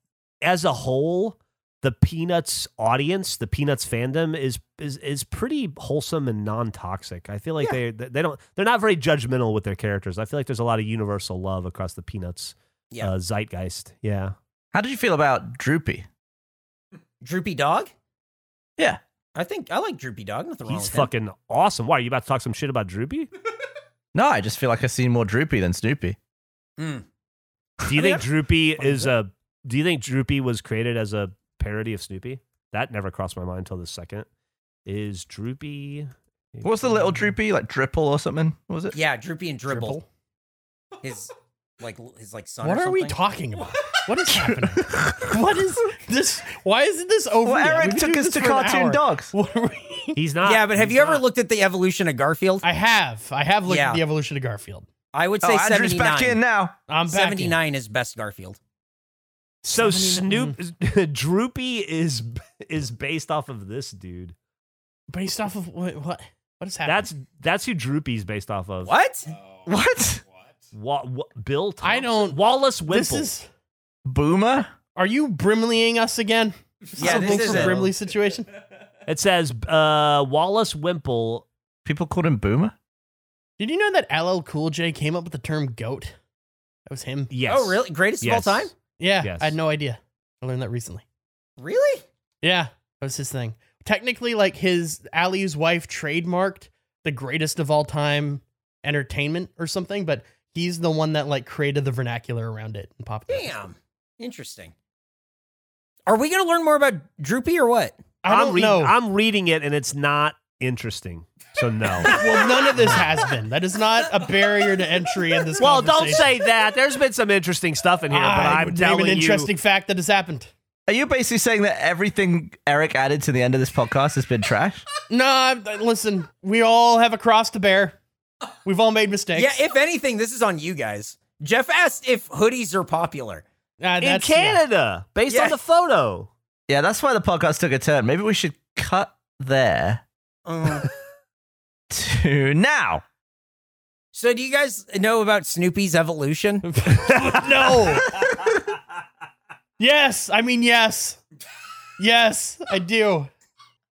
A: as a whole, the Peanuts audience, the Peanuts fandom is is is pretty wholesome and non toxic. I feel like they they don't they're not very judgmental with their characters. I feel like there's a lot of universal love across the Peanuts
E: Yeah.
A: uh, zeitgeist. Yeah,
D: How did you feel about Droopy?
E: Droopy Dog.
D: Yeah.
E: I think I like Droopy Dog. Nothing wrong
A: he's
E: with him.
A: fucking awesome. Why are you about to talk some shit about Droopy?
D: No, I just feel like I've seen more Droopy than Snoopy.
E: Mm.
A: Do you
E: I mean,
A: think Droopy
E: What is
A: is a? Do you think Droopy was created as a parody of Snoopy? That never crossed my mind until this second. Is Droopy?
D: What was the little Droopy? Like Dripple or something? What was it?
E: Yeah, Droopy and Dribble. His like l- his like son.
B: What
E: or
B: are we
E: something.
B: talking about? What is happening? what is this? Why isn't this over?
D: Well,
B: yet? We've
D: Eric
B: been
D: took
B: doing
D: us
B: this
D: to
B: for an
D: cartoon
B: hour.
D: dogs.
B: What are we?
A: He's not.
E: Yeah, but have
A: he's
E: you ever
A: not.
E: looked at the evolution of Garfield? I,
B: I have. I have looked
E: Yeah.
B: at the evolution of Garfield.
E: would
D: Oh,
E: say
D: Andrew's
E: seventy
D: back in
E: nine.
D: now.
B: I'm back.
E: Seventy nine is best Garfield.
A: So
B: Seventy-
A: Snoop
B: hmm.
A: Droopy is is based off of this dude.
B: Based off of what? What, what is happening?
A: That's that's who Droopy's based off of.
E: What?
D: What?
A: Wa- wa- Bill? Thompson?
B: I don't-
A: Wallace Wimple.
B: This is.
D: Boomer?
B: Are you brimleying us again? Is this
E: Yeah,
B: a
E: this
B: link
E: is
B: for
E: a-
B: Brimley situation.
A: It says uh, Wallace Wimple.
D: People called him Boomer?
B: Did you know that LL Cool J came up with the term "goat"? That was him.
A: Yes.
E: Oh, really? Greatest
A: Yes.
E: of all time?
B: Yeah,
A: Yes.
B: I had no idea. I learned that recently.
E: Really?
B: Yeah, that was his thing. Technically, like his Ali's wife trademarked the greatest of all time entertainment or something, but he's the one that like created the vernacular around it and pop. culture.
E: Damn. Interesting. Are we going to learn more about Droopy or what?
B: I
A: I'm
B: don't
A: reading-
B: know.
A: I'm reading it and it's not interesting. So no.
B: Well, none of this has been. That is not a barrier to entry in this.
A: well, don't
B: conversation.
A: say that. There's been some interesting stuff in here, but
B: I
A: I'm
B: would name
A: telling
B: an
A: you.
B: interesting fact that has happened.
D: Are you basically saying that everything Eric added to the end of this podcast has been trash?
B: No, I- listen, we all have a cross to bear. We've all made mistakes.
E: Yeah, if anything, this is on you guys. Jeff asked if hoodies are popular.
B: Uh,
A: in
B: that's- yeah.
A: Canada, based
E: Yeah.
A: on the photo.
D: Yeah, that's why the podcast took a turn. Maybe we should cut there
E: Uh,
D: to now.
E: so, do you guys know about Snoopy's evolution?
B: no. yes, I mean yes. Yes, I do.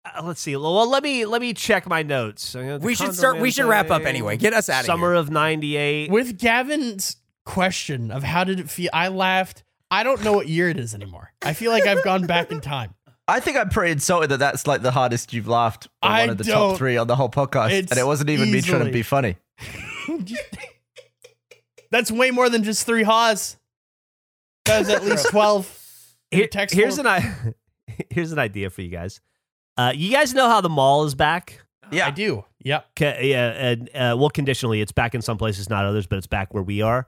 A: Uh, let's see. Well, let me let me check my notes. I got the
E: We should
A: Condor
E: start. We
A: Man
E: should wrap up
A: thing,
E: anyway. Get us out of
A: Summer
E: here.
A: of '98.
B: With Gavin's question of how did it feel, I laughed. I don't know what year it is anymore. I feel like I've gone back in time.
D: I think I'm pretty insulted that that's like the hardest you've laughed or
B: I
D: one of the
B: don't-
D: top three on the whole podcast.
B: It's
D: And it wasn't even me trying
B: easily-
D: to be funny.
B: That's way more than just three haws. That was at least 12. in
A: Here-
B: text
A: here's
B: form.
A: an I- here's an idea for you guys. Uh, you guys know how the mall is back.
D: Yeah.
B: I do. Yep.
A: Ca yeah, and uh, well, conditionally, it's back in some places, not others, but it's back where we are.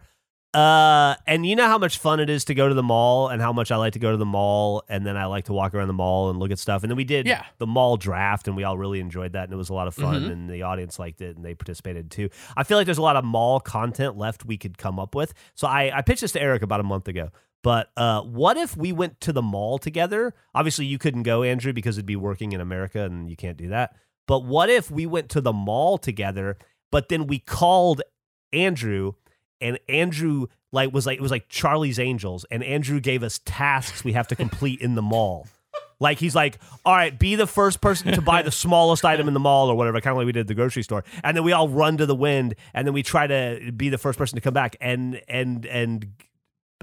A: Uh, and you know how much fun it is to go to the mall, and how much I like to go to the mall, and then I like to walk around the mall and look at stuff. And then we did
B: Yeah.
A: the mall draft, and we all really enjoyed that, and it was a lot of fun,
B: Mhm.
A: and the audience liked it, and they participated too. I feel like there's a lot of mall content left we could come up with. So I, I pitched this to Eric about a month ago. But uh, what if we went to the mall together? Obviously, you couldn't go, Andrew, because it'd be working in America and you can't do that. But what if we went to the mall together, but then we called Andrew and Andrew like was like it was like Charlie's Angels and Andrew gave us tasks we have to complete in the mall. Like he's like, all right, be the first person to buy the smallest item in the mall or whatever, kind of like we did at the grocery store. And then we all run to the wind, and then we try to be the first person to come back and and and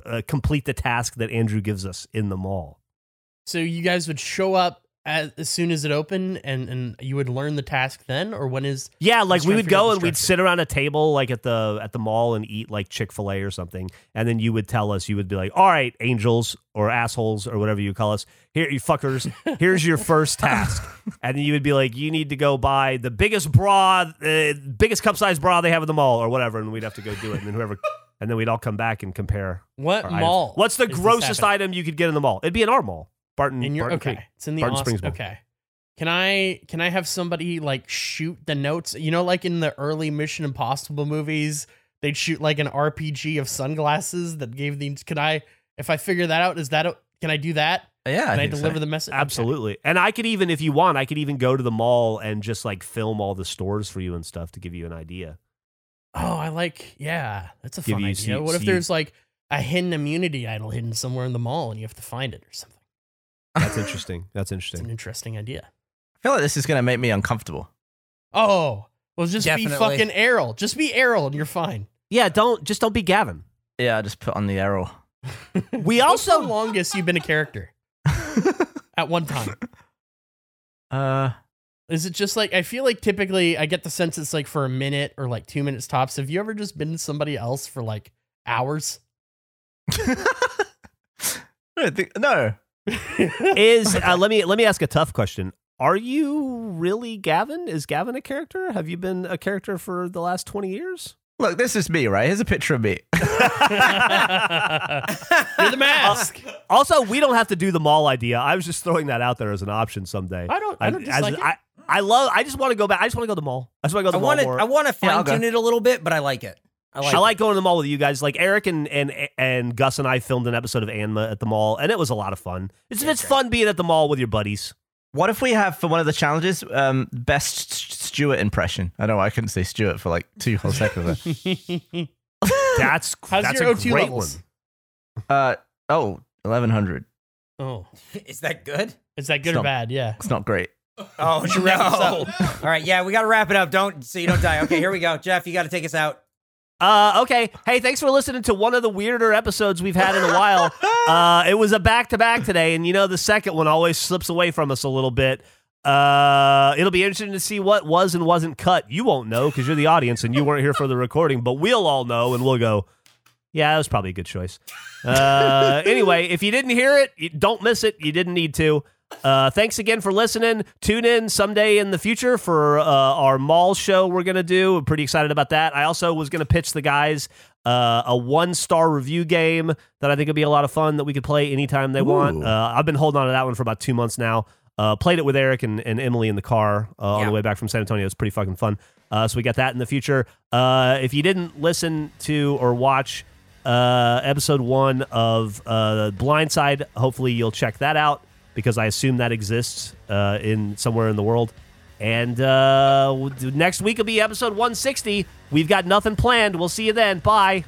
A: uh, complete the task that Andrew gives us in the mall.
B: So you guys would show up as, as soon as it opened and, and you would learn the task then? Or when is.
A: Yeah, like
B: Just
A: we
B: trying to
A: would
B: figure out
A: go
B: the
A: and we'd
B: structure.
A: sit around a table like at the at the mall and eat like Chick fil A or something, and then you would tell us you would be like, "All right, angels or assholes or whatever you call us, here you fuckers, here's your first task," and then you would be like, "You need to go buy the biggest bra, uh, biggest cup size bra they have in the mall or whatever," and we'd have to go do it, and then whoever, and then we'd all come back and compare.
B: What
A: our items.
B: mall?
A: What's the
B: is this
A: grossest
B: happening?
A: item you could get in the mall? It'd be in our mall, Barton.
B: In your
A: Barton
B: okay,
A: Creek.
B: it's in the
A: Barton
B: Austin.
A: Springs Mall.
B: Okay, can I can I have somebody like shoot the notes? You know, like in the early Mission Impossible movies, they'd shoot like an RPG of sunglasses that gave them. Can I, if I figure that out, is that a, can I do that?
D: Yeah.
B: Can I,
D: think so.
B: deliver the message? Okay.
A: Absolutely. And I could even, if you want, I could even go to the mall and just like film all the stores for you and stuff to give you an idea.
B: Oh, I like. Yeah, that's a
A: Give
B: fun
A: you-
B: idea.
A: see-
B: what if
A: see-
B: there's like a hidden immunity idol hidden somewhere in the mall and you have to find it or something?
A: That's interesting. That's
B: It's an
A: interesting.
B: interesting idea.
D: I feel like this is going to make me uncomfortable.
B: Oh, well, just be
E: Definitely.
B: fucking Errol. Just be Errol, and you're fine.
A: Yeah, don't just don't be Gavin.
D: Yeah, I just put on the arrow.
A: We
B: What's the
A: also
B: longest you've been a character at one time?
D: Uh,
B: Is it just like I feel like typically I get the sense it's like for a minute or like two minutes tops. Have you ever just been somebody else for like hours?
D: I don't think, no.
A: is uh, let me let me ask a tough question. Are you really Gavin? Is Gavin a character? Have you been a character for the last 20 years?
D: Look, this is me, right? Here's a picture of me.
B: You're the mask.
A: Also, we don't have to do the mall idea. I was just throwing that out there as an option someday.
B: I don't. I
A: as-
B: don't dislike it.
A: I, I love I just want to go back. I just want to go to the mall. I just want to go to
E: I
A: the mall
E: want to.
A: more.
E: I want to
D: Yeah, I'll
E: fine
D: go.
E: tune it a little bit, but I like it. I like.
A: I
E: it.
A: like going to the mall with you guys. Like Eric and and and Gus and I filmed an episode of Anma at the mall, and it was a lot of fun. It's it's fun being at the mall with your buddies.
D: What if we have for one of the challenges, um, best S- Stuart impression? I know I couldn't say Stuart for like two whole seconds. there.
A: That's
B: How's
A: that's
B: your
A: a
B: O2
A: great
B: levels?
A: one.
D: uh, oh, 1100.
B: oh,
E: Is that good?
B: is that good or
D: It's not-
B: bad? Yeah.
D: It's not great.
E: Oh
B: should wrap this
E: no! All right, yeah, we got to wrap it up. Don't so you don't die. Okay, here we go. Jeff, you got to take us out.
A: Uh, okay. Hey, thanks for listening to one of the weirder episodes we've had in a while. Uh, it was a back to back today, and you know the second one always slips away from us a little bit. Uh, it'll be interesting to see what was and wasn't cut. You won't know because you're the audience and you weren't here for the recording, but we'll all know and we'll go. Yeah, that was probably a good choice. Uh, anyway, if you didn't hear it, you don't miss it. You didn't need to. Uh, thanks again for listening. Tune in someday in the future for uh, our mall show we're going to do. I'm pretty excited about that. I also was going to pitch the guys uh, a one star review game that I think would be a lot of fun that we could play anytime they want.
D: Ooh.
A: Uh, I've been holding on to that one for about two months now. Uh, played it with Eric and, and Emily in the car uh, on
E: Yeah.
A: the way back from San Antonio. It's pretty fucking fun. Uh, so we got that in the future. Uh, if you didn't listen to or watch uh, episode one of uh, Blindside, hopefully you'll check that out because I assume that exists uh, in somewhere in the world. And uh, w- next week will be episode 160. We've got nothing planned. We'll see you then. Bye.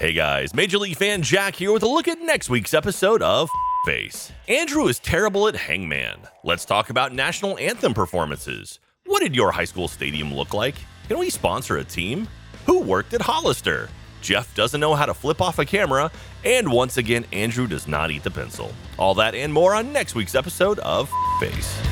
F: Hey guys, Major League fan Jack here with a look at next week's episode of Face. Andrew is terrible at Hangman. Let's talk about national anthem performances. What did your high school stadium look like? Can we sponsor a team? Who worked at Hollister? Jeff doesn't know how to flip off a camera. And once again, Andrew does not eat the pencil. All that and more on next week's episode of Face.